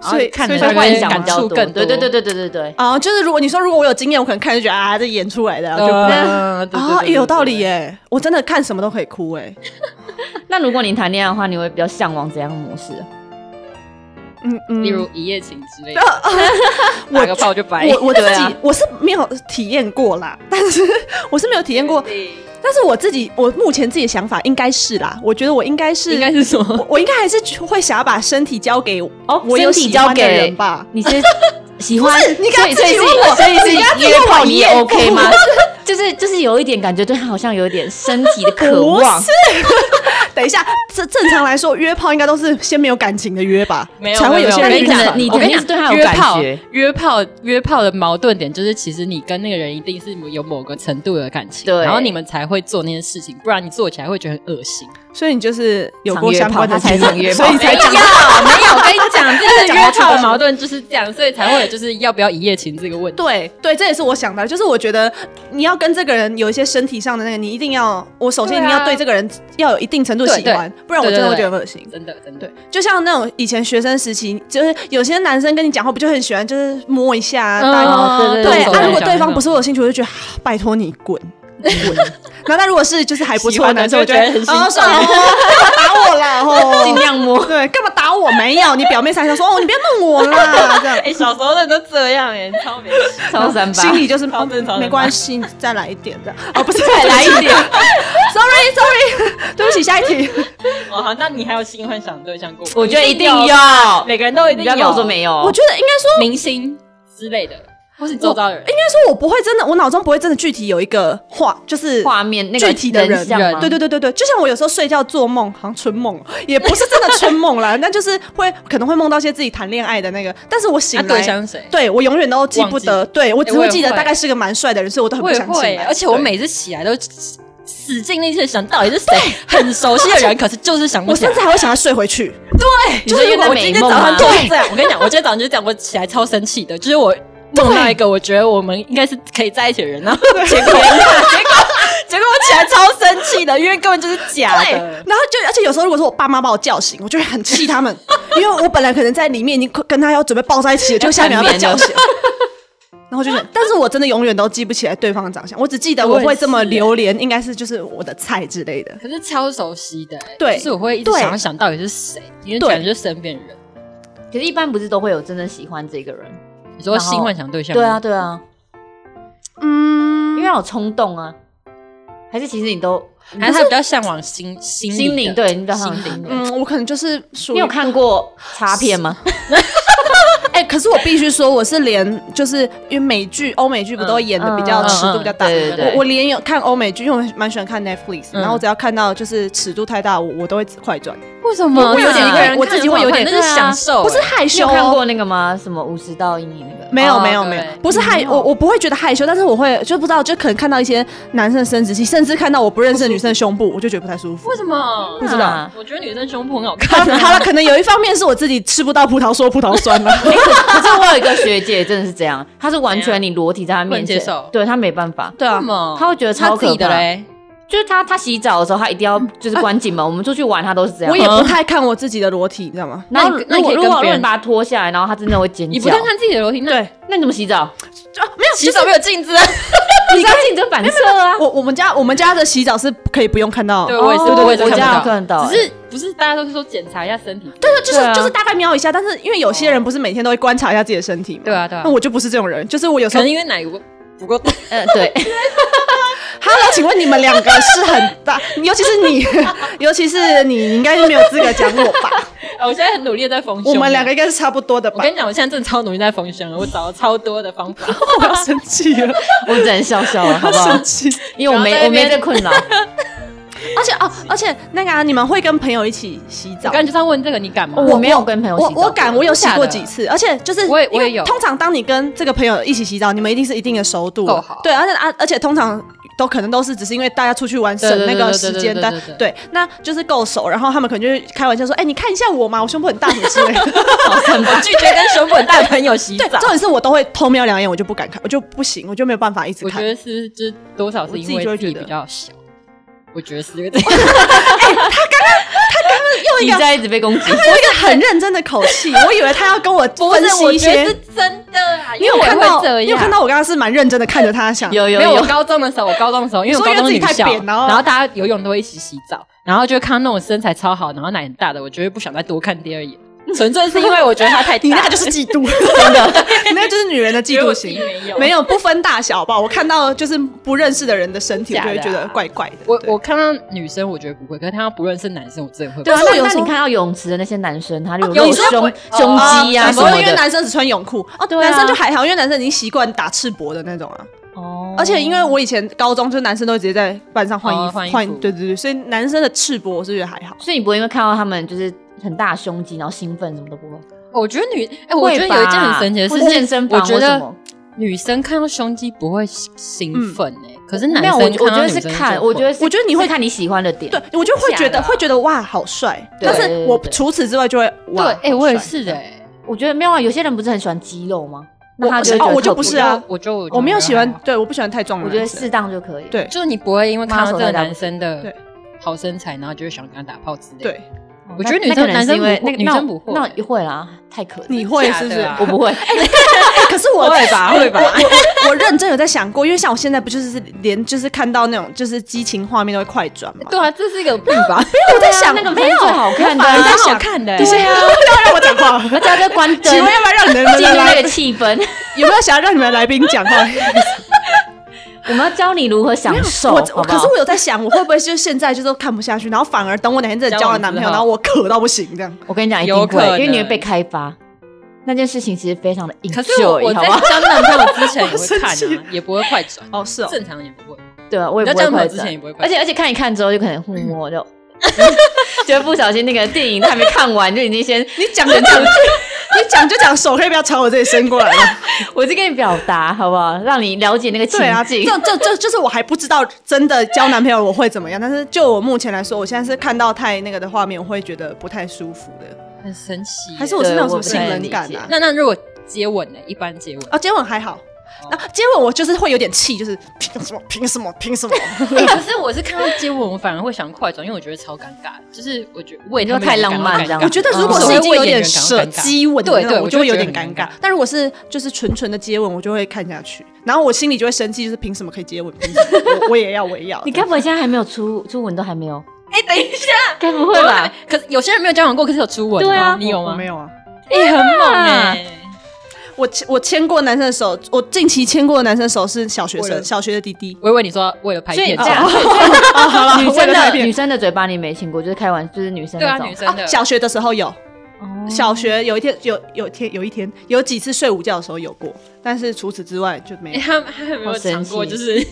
Speaker 3: 所以
Speaker 1: 看
Speaker 3: 所以
Speaker 1: 了
Speaker 3: 就
Speaker 1: 就会
Speaker 3: 会
Speaker 2: 幻想
Speaker 1: 感
Speaker 2: 比较
Speaker 1: 触
Speaker 2: 多，
Speaker 1: 更多
Speaker 2: 对对对对对对对，
Speaker 3: 啊、就是如果你说如果我有经验，我可能看就觉得啊，这演出来的，然后就不
Speaker 1: 呃对对
Speaker 3: 啊，
Speaker 1: 对
Speaker 3: 有道理
Speaker 1: 对
Speaker 3: 耶！我真的看什么都可以哭哎，
Speaker 2: 那如果你谈恋爱的话，你会比较向往怎样的模式？啊
Speaker 3: 嗯嗯，
Speaker 1: 例如一夜情之 类的，打个
Speaker 3: 我
Speaker 1: 炮就白。
Speaker 3: 我我自
Speaker 2: 对
Speaker 3: 己
Speaker 2: 啊
Speaker 3: 我是没有体验过啦，但是 我是没有体验过，但是我自己我目前自己的想法应该是啦，我觉得我应该是
Speaker 1: 应该是什么？
Speaker 3: 我我应该还是会想要把身体交给
Speaker 2: 哦
Speaker 3: 我有
Speaker 2: 身体
Speaker 3: 喜欢
Speaker 2: 交
Speaker 3: 的
Speaker 2: 给
Speaker 3: 人吧。
Speaker 2: 你是喜欢？
Speaker 3: 不是你刚
Speaker 2: 所以所以
Speaker 3: 刚自己
Speaker 2: 是
Speaker 3: 问我
Speaker 2: 所以是
Speaker 3: 你刚刚自己
Speaker 2: 约
Speaker 3: 问我
Speaker 2: 炮你也
Speaker 3: 厌恶
Speaker 2: OK 吗？ 就是就是有一点感觉对他好像有一点身体的渴
Speaker 3: 不
Speaker 2: 望，
Speaker 3: 是，等一下，这正常来说约炮应该都是先没有感情的约吧，
Speaker 1: 没有
Speaker 3: 才会
Speaker 1: 没有
Speaker 3: 些
Speaker 1: 没有
Speaker 3: 人
Speaker 1: 我跟你
Speaker 3: 晕
Speaker 1: 讲
Speaker 3: 船
Speaker 2: 你
Speaker 1: 我跟
Speaker 2: 肯
Speaker 1: 你
Speaker 2: 定是
Speaker 1: 讲，
Speaker 2: 对他有
Speaker 1: 约
Speaker 2: 感
Speaker 1: 炮
Speaker 2: 觉。
Speaker 1: 约炮约炮的矛盾点就是，其实你跟那个人一定是有某个程度的感情，
Speaker 2: 对
Speaker 1: 然后你们才会做那些事情，不然你做起来会觉得很恶心。
Speaker 3: 所以你就是有过相关的
Speaker 2: 常约炮他才常约炮哎
Speaker 3: 所以才讲
Speaker 1: 哦没有，没 有，我跟你讲，这
Speaker 3: 讲
Speaker 1: 个
Speaker 3: 到
Speaker 1: 约
Speaker 3: 这个
Speaker 1: 炮的矛盾就是这样，所以才会有就是要不要一夜情这个问题。
Speaker 3: 对对，这也是我想的，就是我觉得你要跟这个人有一些身体上的那个，你一定要，我首先
Speaker 1: 对啊
Speaker 3: 你要对这个人要有一定程度喜欢，不然我真的会觉得很恶心。
Speaker 1: 真的，真的
Speaker 3: 对，，就像那种以前学生时期，就是有些男生跟你讲话，不就很喜欢就是摸一下啊，搭一
Speaker 2: 嗯对
Speaker 3: 对，
Speaker 2: 动手
Speaker 3: 那、
Speaker 2: 动
Speaker 3: 如果对方不
Speaker 1: 是
Speaker 3: 是我有兴趣，我就觉得、啊拜托你滚。滚然后，但如果是就是还不
Speaker 1: 喜
Speaker 3: 错
Speaker 1: 欢
Speaker 3: 男
Speaker 1: 的
Speaker 3: 生，我
Speaker 1: 就
Speaker 3: 觉
Speaker 1: 觉
Speaker 3: 得
Speaker 1: 得很心
Speaker 3: 啊，
Speaker 1: 动
Speaker 3: 算了，哦干嘛打我啦，
Speaker 2: 尽
Speaker 3: 哦，
Speaker 2: 量摸。
Speaker 3: 对，干嘛打我？没有，你表面上想说哦，你不要弄我啦，这样。
Speaker 1: 哎，小时候人都这样哎，超没事。
Speaker 2: 超三八，
Speaker 3: 心里就是
Speaker 1: 超正常的
Speaker 3: 没关系，再来一点这样。哦，不是，
Speaker 2: 再来一点。
Speaker 3: ，sorry，sorry，对不起，下一题。
Speaker 1: 哦，好，那你还有新幻想对象过吗？
Speaker 2: 我觉得一定
Speaker 1: 有，
Speaker 2: 要，
Speaker 1: 每个人都一定
Speaker 2: 你不要跟我说没有。
Speaker 3: 我觉得应该说，
Speaker 1: 明星之类的，或是周遭的人
Speaker 3: 应。该说我不会真的，我脑中不会真的具体有一个画，就是
Speaker 2: 画面那个
Speaker 3: 具体的人
Speaker 2: 像吗
Speaker 3: 对对对对对，就像我有时候睡觉做梦，好像春梦，哦也不是真的春梦 啦，但就是会可能会梦到一些自己谈恋爱的那个，但是我醒
Speaker 1: 他
Speaker 3: 来
Speaker 1: 啊对，象是谁？
Speaker 3: 对我永远都记不得，
Speaker 1: 忘
Speaker 3: 对我只
Speaker 1: 哎我
Speaker 3: 会
Speaker 1: 也
Speaker 3: 记得
Speaker 1: 会
Speaker 3: 大概是个蛮帅的人，所以我都很
Speaker 1: 我
Speaker 3: 不
Speaker 1: 也
Speaker 3: 想
Speaker 1: 会
Speaker 3: 醒
Speaker 1: 欸，
Speaker 3: 来。
Speaker 1: 而且我
Speaker 3: 对
Speaker 1: 每次起来都使尽力气地想到底是谁，很熟悉的人，可是就是想不
Speaker 3: 我
Speaker 1: 起来
Speaker 3: 甚至。还会想要睡回去，
Speaker 1: 就
Speaker 2: 你说
Speaker 1: 是
Speaker 2: 因为
Speaker 1: 我
Speaker 2: 美
Speaker 1: 今天
Speaker 2: 梦
Speaker 1: 早
Speaker 2: 吗
Speaker 1: 上就是这样，我跟你讲，我今天早上就是这样，我起来超生气的，就是我梦到一个我觉得我们应该是可以在一起的人，然后结果结果结果我起来超生气的，因为根本就是假
Speaker 2: 啊
Speaker 3: 对，
Speaker 1: 的。
Speaker 3: 然后就而且有时候如果说我爸妈把我叫醒，我就会很气他们，因为我本来可能在里面已经跟他要准备抱在一起了，就下面要被叫醒。然后就想，但是我真的永远都记不起来对方的长相，我只记得我会这么流连，应该是就是我的菜之类的。
Speaker 1: 可是超熟悉的、欸，
Speaker 3: 对
Speaker 1: 就是我会一直
Speaker 3: 对
Speaker 1: 想要想到底是谁，因为
Speaker 3: 对
Speaker 1: 感觉就是身边人。
Speaker 2: 可是一般不是都会有真的喜欢这个人？
Speaker 1: 你说
Speaker 2: 然后
Speaker 1: 新幻想对象吗，
Speaker 2: 对啊，对啊，因
Speaker 3: 嗯
Speaker 2: 为，要有冲动啊。还是其实你都
Speaker 1: 还是他比较向往心心
Speaker 2: 心灵
Speaker 1: 的
Speaker 2: 对，你比较好
Speaker 1: 心灵的。
Speaker 3: 嗯，我可能就是属于
Speaker 2: 你有看过插片吗？
Speaker 3: 哎、可是我必须说，我是连就是因为美剧、欧美剧不都演的比较
Speaker 2: 嗯嗯
Speaker 3: 尺度比较大，
Speaker 2: 嗯对对对
Speaker 3: 我我连有看欧美剧，因为我蛮喜欢看 Netflix，、
Speaker 1: 嗯
Speaker 3: 然后我只要看到就是尺度太大，我我都会快转。
Speaker 1: 为什么？
Speaker 3: 我有点
Speaker 1: 一个
Speaker 3: 会
Speaker 1: 人看
Speaker 3: 我自己会有点
Speaker 1: 很好看那是享受、
Speaker 3: 不是
Speaker 1: 欸
Speaker 3: 害
Speaker 2: 你
Speaker 3: 羞、
Speaker 2: 有
Speaker 3: 哦，
Speaker 2: 看过那个吗？什么五十道阴影那个？
Speaker 3: 没有
Speaker 1: 哦
Speaker 3: 没有
Speaker 1: 对
Speaker 3: 没有，不是害
Speaker 2: 没有
Speaker 3: 我我不会觉得害羞，但是我会就不知道，就可能看到一些男生的生殖器，甚至看到我不认识的女生的胸部，我就觉得不太舒服
Speaker 1: 为。什么？
Speaker 2: 不知道
Speaker 1: 我觉得女生胸部很好
Speaker 3: 好
Speaker 1: 看、
Speaker 3: 了好了，可能有一方面是我自己吃不到葡萄说葡萄酸了。
Speaker 2: 欸可可是我有一个学姐真的是这样，她是完全你裸体在她面前
Speaker 1: 不能接受，
Speaker 2: 对她没办法。
Speaker 3: 对
Speaker 1: 为
Speaker 3: 啊
Speaker 1: 什，么？
Speaker 2: 她会觉得超
Speaker 1: 他自
Speaker 2: 可
Speaker 1: 己的
Speaker 2: 怕，
Speaker 1: 嘞，
Speaker 2: 就是她她洗澡的时候，她一定要就是关紧门。我们出去玩，她都是这样。
Speaker 3: 我也不太看我自己的裸体，你知道吗？
Speaker 2: 然后
Speaker 1: 那
Speaker 2: 如
Speaker 1: 你那你
Speaker 2: 果
Speaker 1: 可以
Speaker 2: 如
Speaker 1: 跟
Speaker 2: 果如
Speaker 1: 别
Speaker 2: 果
Speaker 1: 人
Speaker 2: 你把她脱下来，然后她真的会尖
Speaker 1: 你不
Speaker 2: 叫
Speaker 1: 看。看自己的楼梯，那
Speaker 3: 对
Speaker 2: 那你怎么洗澡？
Speaker 3: 啊没有，
Speaker 1: 洗澡没有镜子啊？
Speaker 2: 你看镜子反射啊。
Speaker 3: 我我们家我们家的洗澡是可以不用看 到，
Speaker 1: 对我也是哦我也是
Speaker 2: 我
Speaker 1: 看不
Speaker 2: 家
Speaker 1: 到欸
Speaker 2: 有看到，
Speaker 1: 只是不是大家都是说检查一下身体？对
Speaker 3: 但是就是、
Speaker 2: 对啊
Speaker 3: 就是大概瞄一下，但是因为有些人不是每天都会观察一下自己的身体嘛，
Speaker 1: 对啊对啊
Speaker 3: 那我就不是这种人，就是我有时
Speaker 1: 可
Speaker 3: 候
Speaker 1: 能因为奶不不够大，
Speaker 2: 欸呃对，
Speaker 3: Hello，请问你们两个是很 大，尤其是你，尤其是你，你应该是没有资格讲我 吧？
Speaker 1: 啊 我现在很努力地在丰胸。
Speaker 3: 我们两个，应该是差不多的
Speaker 1: 我
Speaker 3: 吧？
Speaker 1: 跟你讲，我现在真的超努力在丰胸了，我找了超多的 方法。
Speaker 3: 我要生气了，
Speaker 2: 我只能笑笑了，好
Speaker 3: 我
Speaker 2: 不
Speaker 3: 要
Speaker 2: 好
Speaker 3: 生？气。
Speaker 2: 因为我
Speaker 1: 不要
Speaker 2: 没
Speaker 1: 在
Speaker 2: 我
Speaker 1: 那
Speaker 2: 没
Speaker 1: 边
Speaker 2: 这困扰，
Speaker 3: 而且哦，而且那个啊，你们会跟朋友一起洗澡
Speaker 1: 我刚？才就是要问这个，你敢吗？
Speaker 2: 我没有跟朋友洗
Speaker 3: 我
Speaker 2: 澡过
Speaker 3: 我敢，我有洗
Speaker 1: 真的
Speaker 3: 过
Speaker 1: 假
Speaker 3: 几
Speaker 1: 的
Speaker 3: 次，而且就是
Speaker 1: 我也
Speaker 3: 因为
Speaker 1: 我也有
Speaker 3: 通常当你跟这个朋友一起洗澡，你们一定是一定的熟度了
Speaker 1: 够好
Speaker 3: 对，而且啊，而且通常都可能都是只是因为大家出去玩省
Speaker 1: 对
Speaker 3: 那
Speaker 1: 对
Speaker 3: 个
Speaker 1: 对对
Speaker 3: 时
Speaker 1: 对
Speaker 3: 间
Speaker 1: 对
Speaker 3: 单
Speaker 1: 对对，
Speaker 3: 对，那就是够熟，然后他们可能就会开玩笑说：“哎，你看一下我嘛，我胸部很大什么之类的。”
Speaker 1: 我拒绝跟熊本大朋友洗
Speaker 3: 对，
Speaker 1: 澡
Speaker 3: 重。点是我都会偷瞄两眼，我就不敢看，我就不行，我就没有办法一直
Speaker 1: 我
Speaker 3: 看
Speaker 1: 觉。得是，就是多少是因
Speaker 3: 我自己就
Speaker 1: 为
Speaker 3: 会
Speaker 1: 自
Speaker 3: 觉
Speaker 1: 己
Speaker 3: 得哎
Speaker 1: 比较小。我觉得是因 为这样。
Speaker 2: 你在一直被攻击。
Speaker 3: 他有一个很认真的口气，我以为他要跟我分析一些。
Speaker 1: 真的啊，
Speaker 3: 你有
Speaker 1: 我
Speaker 3: 看到？
Speaker 1: 会这样
Speaker 3: 你有看到我刚刚是蛮认真的看着他想，
Speaker 2: 有有
Speaker 1: 没有，我
Speaker 2: 有，
Speaker 1: 高中的时候，我高中的时候，因为我
Speaker 3: 你说
Speaker 1: 高中
Speaker 3: 因为
Speaker 1: 女
Speaker 3: 自己
Speaker 1: 校
Speaker 3: 太扁，然哦后
Speaker 1: 然后大家游泳都会一起洗澡，然后就会看到那种身材超好，然后奶很大的，我绝对不想再多看第二眼，纯粹是因为我觉得她太大，
Speaker 3: 你那个就是嫉妒，真的，你 那个就是女人的嫉妒型
Speaker 1: 觉得我自己没，有
Speaker 3: 没有不分大小吧？我看到就是不认识的人的身体，我
Speaker 1: 假
Speaker 3: 就
Speaker 1: 的啊
Speaker 3: 会觉得怪怪的。
Speaker 1: 我
Speaker 3: 对
Speaker 1: 我看到女生我觉得不会，可是看到不认识男生我真的会。
Speaker 2: 对啊，
Speaker 3: 可是我
Speaker 2: 那
Speaker 3: 有
Speaker 2: 那
Speaker 3: 时候
Speaker 2: 你看到泳池的那些男生，他有
Speaker 3: 有
Speaker 2: 露
Speaker 3: 时候
Speaker 2: 胸
Speaker 3: 会
Speaker 2: 胸
Speaker 3: 啊
Speaker 2: 肌啊
Speaker 3: 有时
Speaker 2: 什
Speaker 3: 候
Speaker 2: 么
Speaker 3: 因为
Speaker 2: 的。
Speaker 3: 男生只穿泳裤哦，
Speaker 2: 对啊
Speaker 3: 男生就还好，因为男生已经习惯打赤膊的那种啊。
Speaker 2: 哦
Speaker 3: 而且因为我以前高中就是男生都会直接在班上换衣
Speaker 1: 哦
Speaker 3: 服，
Speaker 1: 换衣服
Speaker 3: 对对对，所以男生的赤膊我是觉得还好。
Speaker 2: 所以你不会因为看到他们就是很大胸肌，然后兴奋什么都不会。
Speaker 1: 我觉得女，哎、我觉得有一件很神奇的事
Speaker 2: 会吧
Speaker 1: 情，
Speaker 2: 或健身房
Speaker 1: 我觉
Speaker 2: 或什
Speaker 1: 得
Speaker 2: 么
Speaker 1: 女生看到胸肌不会兴兴奋哎、可是男
Speaker 2: 嗯没有，
Speaker 1: 生
Speaker 2: 我
Speaker 1: 看到
Speaker 2: 我觉得
Speaker 1: 女
Speaker 2: 是
Speaker 1: 生
Speaker 2: 看，
Speaker 1: 就会
Speaker 2: 我觉得是
Speaker 3: 我觉得你会
Speaker 2: 是看你喜欢的点。
Speaker 3: 对，我就会觉
Speaker 1: 假
Speaker 3: 得
Speaker 1: 的啊
Speaker 3: 会觉得哇好帅，
Speaker 2: 对
Speaker 3: 但是我
Speaker 2: 对对
Speaker 3: 除此之外就会哇，
Speaker 1: 对，哎、我也
Speaker 3: 好帅
Speaker 1: 是哎、
Speaker 2: 我觉得没有啊，有些人不是很喜欢肌肉吗？那
Speaker 3: 我
Speaker 2: 他
Speaker 3: 不
Speaker 2: 就是会觉
Speaker 3: 哦
Speaker 2: 得
Speaker 3: 我就
Speaker 2: 特
Speaker 3: 不
Speaker 2: 别
Speaker 3: 是啊
Speaker 1: 我就我就
Speaker 3: 我没有
Speaker 1: 觉得
Speaker 3: 喜
Speaker 1: 还
Speaker 3: 欢
Speaker 1: 好，
Speaker 3: 对，我不喜欢太壮的
Speaker 2: 我
Speaker 3: 男
Speaker 2: 觉
Speaker 3: 生。
Speaker 2: 得适当就可以。
Speaker 3: 对
Speaker 1: 就是你不会因为看到这个男生
Speaker 3: 对
Speaker 1: 的好身材，然后就会想跟他打炮之类的。
Speaker 3: 对，
Speaker 2: 哦，
Speaker 1: 我觉得女
Speaker 2: 那
Speaker 1: 生
Speaker 2: 那可能是因为
Speaker 1: 男生不
Speaker 2: 那个
Speaker 1: 女生不会
Speaker 2: 那那会啦，太可惜。
Speaker 3: 你会
Speaker 1: 假
Speaker 3: 是不是
Speaker 1: 的？啊
Speaker 2: 我不会，
Speaker 3: 哎 可是我
Speaker 1: 会吧会吧
Speaker 3: 我我我我认真有在想过，因为像我现在不就是连就是看到那种就是激情画面都会快转嘛？
Speaker 1: 对啊，这 是一个病吧？
Speaker 3: 我在想
Speaker 2: 啊那个
Speaker 3: 没
Speaker 2: 没
Speaker 3: 有
Speaker 2: 有最好看的
Speaker 3: 我反而在
Speaker 2: 啊，
Speaker 1: 蛮
Speaker 3: 想
Speaker 1: 好看的欸，
Speaker 3: 对呀， 不要让我讲话。
Speaker 2: 而且要关灯
Speaker 3: 请问要不要让你们的
Speaker 2: 进入
Speaker 3: 来
Speaker 2: 那个气氛。
Speaker 3: 有没有想要让你们的来宾讲话？
Speaker 2: 我们要教你如何享受，
Speaker 3: 我
Speaker 2: 好不好
Speaker 3: 可是我有在想，我会不会就是现在就是看不下去，然后反而等我哪天真的交了男朋友，
Speaker 1: 交往之后
Speaker 3: 然后我渴到不行这样。
Speaker 2: 我跟你讲一
Speaker 1: 有
Speaker 2: 定
Speaker 1: 可
Speaker 2: 会，
Speaker 1: 能
Speaker 2: 因为你会被开发。那件事情其实非常的
Speaker 1: 可是我
Speaker 2: enjoy，
Speaker 1: 我
Speaker 2: 好
Speaker 1: 在
Speaker 2: 吧？
Speaker 1: 交男朋友之前也
Speaker 3: 我 生
Speaker 1: 会看
Speaker 3: 气
Speaker 1: 啊，也不会快转，
Speaker 3: 哦，是哦，
Speaker 1: 正常也不会。
Speaker 2: 对啊，我
Speaker 1: 你
Speaker 2: 也
Speaker 1: 在
Speaker 2: 不
Speaker 1: 交男朋
Speaker 2: 会快
Speaker 1: 友之前也
Speaker 2: 转，
Speaker 1: 不会快
Speaker 2: 而
Speaker 1: 转，
Speaker 2: 且而且看一看之后就可能嗯，我就就不小心那个电影还没看完就已经先，
Speaker 3: 你讲就讲， 你讲就讲，手可以不要朝我这里伸过来吗？
Speaker 2: 我是跟你表达好不好？让你了解那个情
Speaker 3: 对啊，这
Speaker 2: 境。
Speaker 3: 这这就是我还不知道真的交男朋友我会怎么样，但是就我目前来说，我现在是看到太那个的画面，我会觉得不太舒服的。
Speaker 1: 很神奇耶。
Speaker 3: 还是我是那种什么
Speaker 2: 对
Speaker 3: 性冷感
Speaker 2: 我不太
Speaker 3: 啊
Speaker 2: 理？
Speaker 1: 那那如果接吻呢？一般接吻，
Speaker 3: 啊，接吻还好。那、接吻我就是会有点气，就是凭什么？凭什么？凭什么？
Speaker 1: 欸可是我是看到接吻，我反而会想快转，因为我觉得超尴尬，就是我觉得为他们
Speaker 2: 你说太
Speaker 1: 两个
Speaker 2: 浪漫
Speaker 1: 感
Speaker 2: 这样
Speaker 1: 到尴尬哦
Speaker 3: 我觉得
Speaker 2: 嗯
Speaker 3: 如果是已经有点
Speaker 1: 我
Speaker 3: 舌
Speaker 1: 会为演员感到尴尬
Speaker 3: 激吻的那种，
Speaker 1: 对对
Speaker 3: 我就会有点
Speaker 1: 我就觉
Speaker 3: 尴
Speaker 1: 得很尴
Speaker 3: 尬
Speaker 1: 尬。
Speaker 3: 但如果是就是纯纯的接吻，我就会看下去，然后我心里就会生气，就是凭什么可以接吻？凭什么？我我也要，我也 要。
Speaker 2: 你该不会现在还没有初初吻都还没有？
Speaker 1: 哎，等一下，
Speaker 2: 该不会吧？
Speaker 1: 可是有些人没有交往过，可是有初吻，
Speaker 2: 对啊
Speaker 1: 哦你有
Speaker 3: 我
Speaker 1: 吗？
Speaker 3: 没有啊。
Speaker 1: 哎，很猛哎，
Speaker 3: 我牵我牵过男生的手，我近期牵过的男生的手是小学
Speaker 1: 为
Speaker 3: 生，
Speaker 1: 了
Speaker 3: 小学的弟弟。
Speaker 1: 我以为你说为了拍
Speaker 2: 所以
Speaker 1: 片
Speaker 2: 这， 样，
Speaker 3: 好了
Speaker 2: 女
Speaker 3: 为
Speaker 2: 生
Speaker 3: 了拍
Speaker 2: 哦的
Speaker 3: 片
Speaker 2: 女生的嘴巴你没亲过，就是开玩，就是女生
Speaker 1: 对
Speaker 2: 那
Speaker 1: 啊，
Speaker 2: 种
Speaker 1: 女。生的
Speaker 3: 啊小学的时候有，
Speaker 2: 哦
Speaker 3: 小学有一天有有一天有一天有几次睡午觉的时候有过，但是除此之外就没
Speaker 1: 哎，
Speaker 3: 有。
Speaker 1: 他们他有没
Speaker 2: 好
Speaker 1: 有
Speaker 2: 神
Speaker 1: 尝过
Speaker 2: 奇
Speaker 1: 就是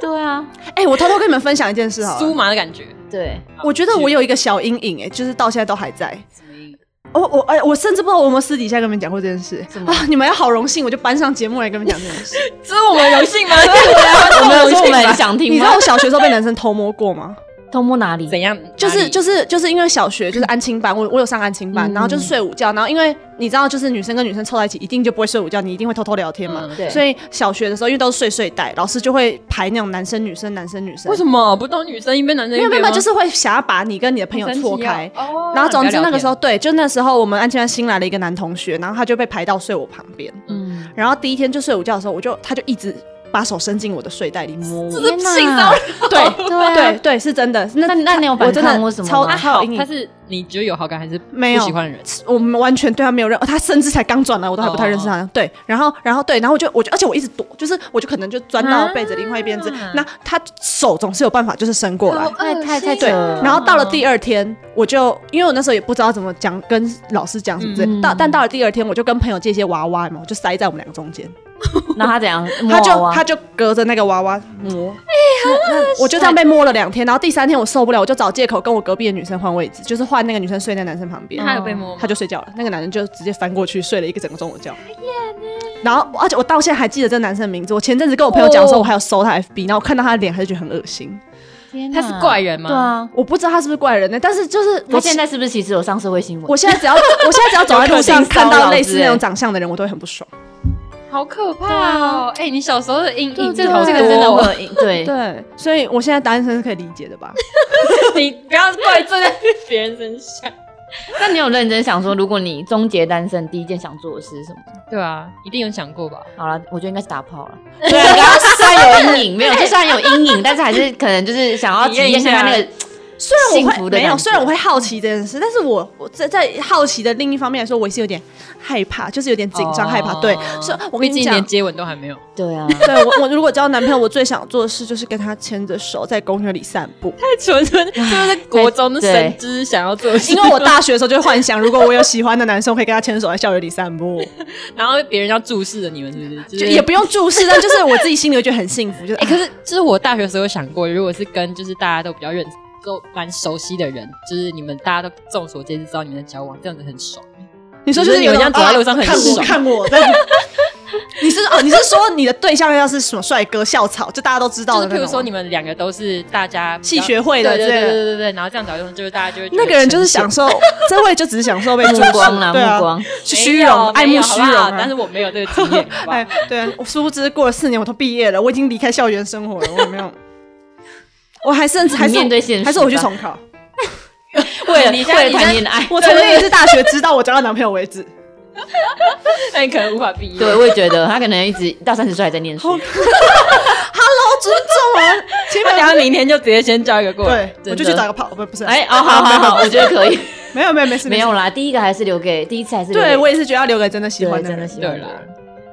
Speaker 2: 对啊，
Speaker 3: 哎、我偷偷跟你们分享一件事好
Speaker 1: 酥
Speaker 3: 了，
Speaker 1: 麻的感觉？
Speaker 2: 对，
Speaker 3: 我觉得我有一个小阴影、哎，就是到现在都还在。
Speaker 1: 什么意思
Speaker 3: 我我哎、我甚至不知道我有没有私底下跟你们讲过这件事啊！你们要好荣幸，我就搬上节目来跟你们讲这件 事。
Speaker 1: 这是我们荣幸吗？ 啊
Speaker 2: 我们
Speaker 1: 哎
Speaker 2: 有
Speaker 1: 我
Speaker 2: 我
Speaker 1: 们
Speaker 2: 们想听
Speaker 3: 你知
Speaker 2: 吗？
Speaker 3: 道我小学的时候被男生偷摸过吗？
Speaker 2: 偷摸哪里？
Speaker 1: 怎样？
Speaker 3: 就是就是是就是因为小学就是安亲班，我我有上安亲班，
Speaker 2: 嗯
Speaker 3: 然后就是睡午觉，然后因为你知道，就是女生跟女生凑在一起，一定就不会睡午觉，你一定会偷偷聊天嘛。
Speaker 1: 嗯
Speaker 2: 对
Speaker 3: 所以小学的时候，因为都是睡睡袋，老师就会排那种男生女生男生女生。
Speaker 1: 为什
Speaker 3: 么？
Speaker 1: 么不都女生一边男生
Speaker 3: 没
Speaker 1: 一
Speaker 3: 有没
Speaker 1: 边
Speaker 3: 有
Speaker 1: 吗？
Speaker 3: 没有，就是会想要把你跟你的朋友
Speaker 1: 好神奇
Speaker 3: 错开。
Speaker 1: 哦。
Speaker 3: 然
Speaker 2: 啊
Speaker 3: 后总之那个时候，
Speaker 1: 哦
Speaker 3: 对，就那时候我们安亲班新来了一个男同学，然后他就被排到睡我旁边。
Speaker 2: 嗯，
Speaker 3: 然后第一天就睡午觉的时候，我就他就一直把手伸进我的睡袋里 摸我。
Speaker 1: 这是性骚扰，
Speaker 3: 对
Speaker 2: 对啊
Speaker 3: 对对，是真的。那
Speaker 2: 那那你有
Speaker 3: 我
Speaker 2: 反
Speaker 3: 真的
Speaker 2: 抗或什么
Speaker 3: 超
Speaker 2: 吗
Speaker 3: 好，
Speaker 1: 他是啊你觉得有好感还是
Speaker 3: 没有
Speaker 1: 不喜欢的人？
Speaker 3: 我们完全对他没有认，哦他甚至才刚转来，我都还不太认识他。对，然后然后对，然后我就我就而且我一直躲，就是我就可能就钻到被子另外一边这，
Speaker 1: 啊
Speaker 3: 那他手总是有办法就是伸过来。
Speaker 2: 太太太
Speaker 3: 对，
Speaker 2: 扯了
Speaker 3: 然后到了第二天，我就因为我那时候也不知道怎么讲，跟老师讲什么之类的。
Speaker 2: 嗯
Speaker 3: 到但到了第二天，我就跟朋友借一些娃娃嘛，我就塞在我们两个中间，
Speaker 2: 那他怎样？
Speaker 3: 他
Speaker 2: 摸啊
Speaker 3: 就
Speaker 2: 娃娃
Speaker 3: 他就隔着那个娃娃摸，我就这样被摸了两天，然后第三天我受不了，我就找借口跟我隔壁的女生换位置，就是换那个女生睡在男生旁边。
Speaker 1: 他有被摸吗？
Speaker 3: 他就睡觉了，那个男人就直接翻过去睡了一个整个中午觉。然后，而且我到现在还记得这个男生的名字。我前阵子跟我朋友讲说，我还有搜他
Speaker 2: 哦
Speaker 3: FB，然后我看到他的脸，还是觉得很恶心。
Speaker 2: 天
Speaker 1: 他
Speaker 2: 哪
Speaker 1: 是怪人吗？
Speaker 2: 对啊，
Speaker 3: 我不知道他是不是怪人呢、但是就是我
Speaker 2: 他现在是不是其实有上社会新闻
Speaker 3: 我？现在只要 我现在只要走在
Speaker 2: 有可
Speaker 3: 路上
Speaker 2: 能性
Speaker 3: 看
Speaker 2: 骚
Speaker 3: 到
Speaker 2: 扰
Speaker 3: 类似
Speaker 2: 之类
Speaker 3: 那种长相的人，我都会很不爽。
Speaker 1: 好可怕哦！哎、你小时候的阴
Speaker 2: 对啊
Speaker 1: 影，
Speaker 2: 这
Speaker 1: 好哦多
Speaker 2: 个这个真 的会有影 对。
Speaker 3: 对，所以我现在单身是可以理解的吧？
Speaker 1: 你不要怪罪在别人身上。
Speaker 2: 那你有认真想说，如果你终结单身，第一件想做的事是什么？
Speaker 1: 对啊，一定有想过吧？
Speaker 2: 好了，我觉得应该是打炮了。 对 啊，刚刚虽然有阴影，没有，就算有阴影，但是还是可能就是想要体验一下那个
Speaker 3: 虽然我
Speaker 2: 幸
Speaker 3: 会
Speaker 2: 福的
Speaker 3: 没有，
Speaker 2: 感觉
Speaker 3: 虽然我会好奇这件事，但是我我在在好奇的另一方面来说，我也是有点害怕，就是有点紧张、
Speaker 1: 哦
Speaker 3: 害怕。对，所以我跟
Speaker 1: 毕
Speaker 3: 你
Speaker 1: 竟
Speaker 3: 讲
Speaker 1: 连，接吻都还没有。
Speaker 2: 对啊，
Speaker 3: 对我我如果交男朋友，我最想做的事就是跟他牵着手在公园里散步。
Speaker 1: 太 纯纯，就是国中的
Speaker 2: 对
Speaker 1: 神之想要做的事，
Speaker 3: 因为我大学的时候就幻想，如果我有喜欢的男生，我可以跟他牵手在校园里散步，
Speaker 1: 然后别人要注视着你们，是不是？就
Speaker 3: 就是也不用注视，但就是我自己心里会觉得很幸福。就是啊
Speaker 1: 哎、可是就是我大学的时候有想过，如果是跟就是大家都比较认识、都蛮熟悉的人，就是你们大家都众所皆知知道你们在交往，这样子很爽。
Speaker 3: 你说
Speaker 1: 说
Speaker 3: 就
Speaker 1: 就是是
Speaker 3: 有
Speaker 1: 有
Speaker 3: 人
Speaker 1: 人走在路上很
Speaker 3: 看我
Speaker 1: 爽
Speaker 3: 看我这样。你是哦？你是说你的对象要是什么帅哥、校草，就大家都知道
Speaker 1: 就
Speaker 3: 的
Speaker 1: 是
Speaker 3: 那种
Speaker 1: 譬
Speaker 3: 吗？
Speaker 1: 如说你们两个都是大家比较
Speaker 3: 系学会的
Speaker 1: 对
Speaker 3: 之
Speaker 1: 对
Speaker 3: 类
Speaker 1: 对
Speaker 3: 的
Speaker 1: 对对对，然后这样找就就是大家就会觉得
Speaker 3: 那个人就是享
Speaker 1: 呈
Speaker 3: 受，这位就只是享受被注
Speaker 2: 目
Speaker 3: 视
Speaker 2: 光啦，
Speaker 3: 对啊
Speaker 2: 目光。
Speaker 1: 现
Speaker 3: 虚
Speaker 1: 没有
Speaker 3: 荣，爱
Speaker 1: 没
Speaker 3: 慕
Speaker 1: 有
Speaker 3: 虚
Speaker 1: 好不
Speaker 3: 荣
Speaker 1: 好
Speaker 3: 啊。
Speaker 1: 但是我没有这个经验，好不好
Speaker 3: 哎，对啊，我殊不知过了四年我都毕业了，我已经离开校园生活了，我 没有，我还甚至还是
Speaker 2: 你面对现实吧
Speaker 3: 还是我去重考。
Speaker 2: 为了
Speaker 1: 你现在
Speaker 2: 为了谈恋爱，
Speaker 3: 我从那一次大学直到我交到男朋友为止，
Speaker 1: 那你可能无 法毕业。
Speaker 2: 对，我也觉得他可能一直到三十岁还在念书。
Speaker 3: 尊重啊，基本
Speaker 1: 然后明天就直接先交一个过来。
Speaker 2: 真
Speaker 3: 对，
Speaker 2: 的
Speaker 3: 我就去找个炮，不不是，
Speaker 2: 哎，哦，好好好，我觉得可以。
Speaker 3: 没有没有没事
Speaker 2: 没有，啦，第一个还是留给第一次还是
Speaker 3: 事
Speaker 2: 留给
Speaker 3: 对我也是觉得要留给真的喜
Speaker 2: 对
Speaker 3: 欢的
Speaker 2: 真的
Speaker 3: 人。
Speaker 2: 喜
Speaker 1: 对
Speaker 2: 欢
Speaker 1: 啦
Speaker 2: 的人。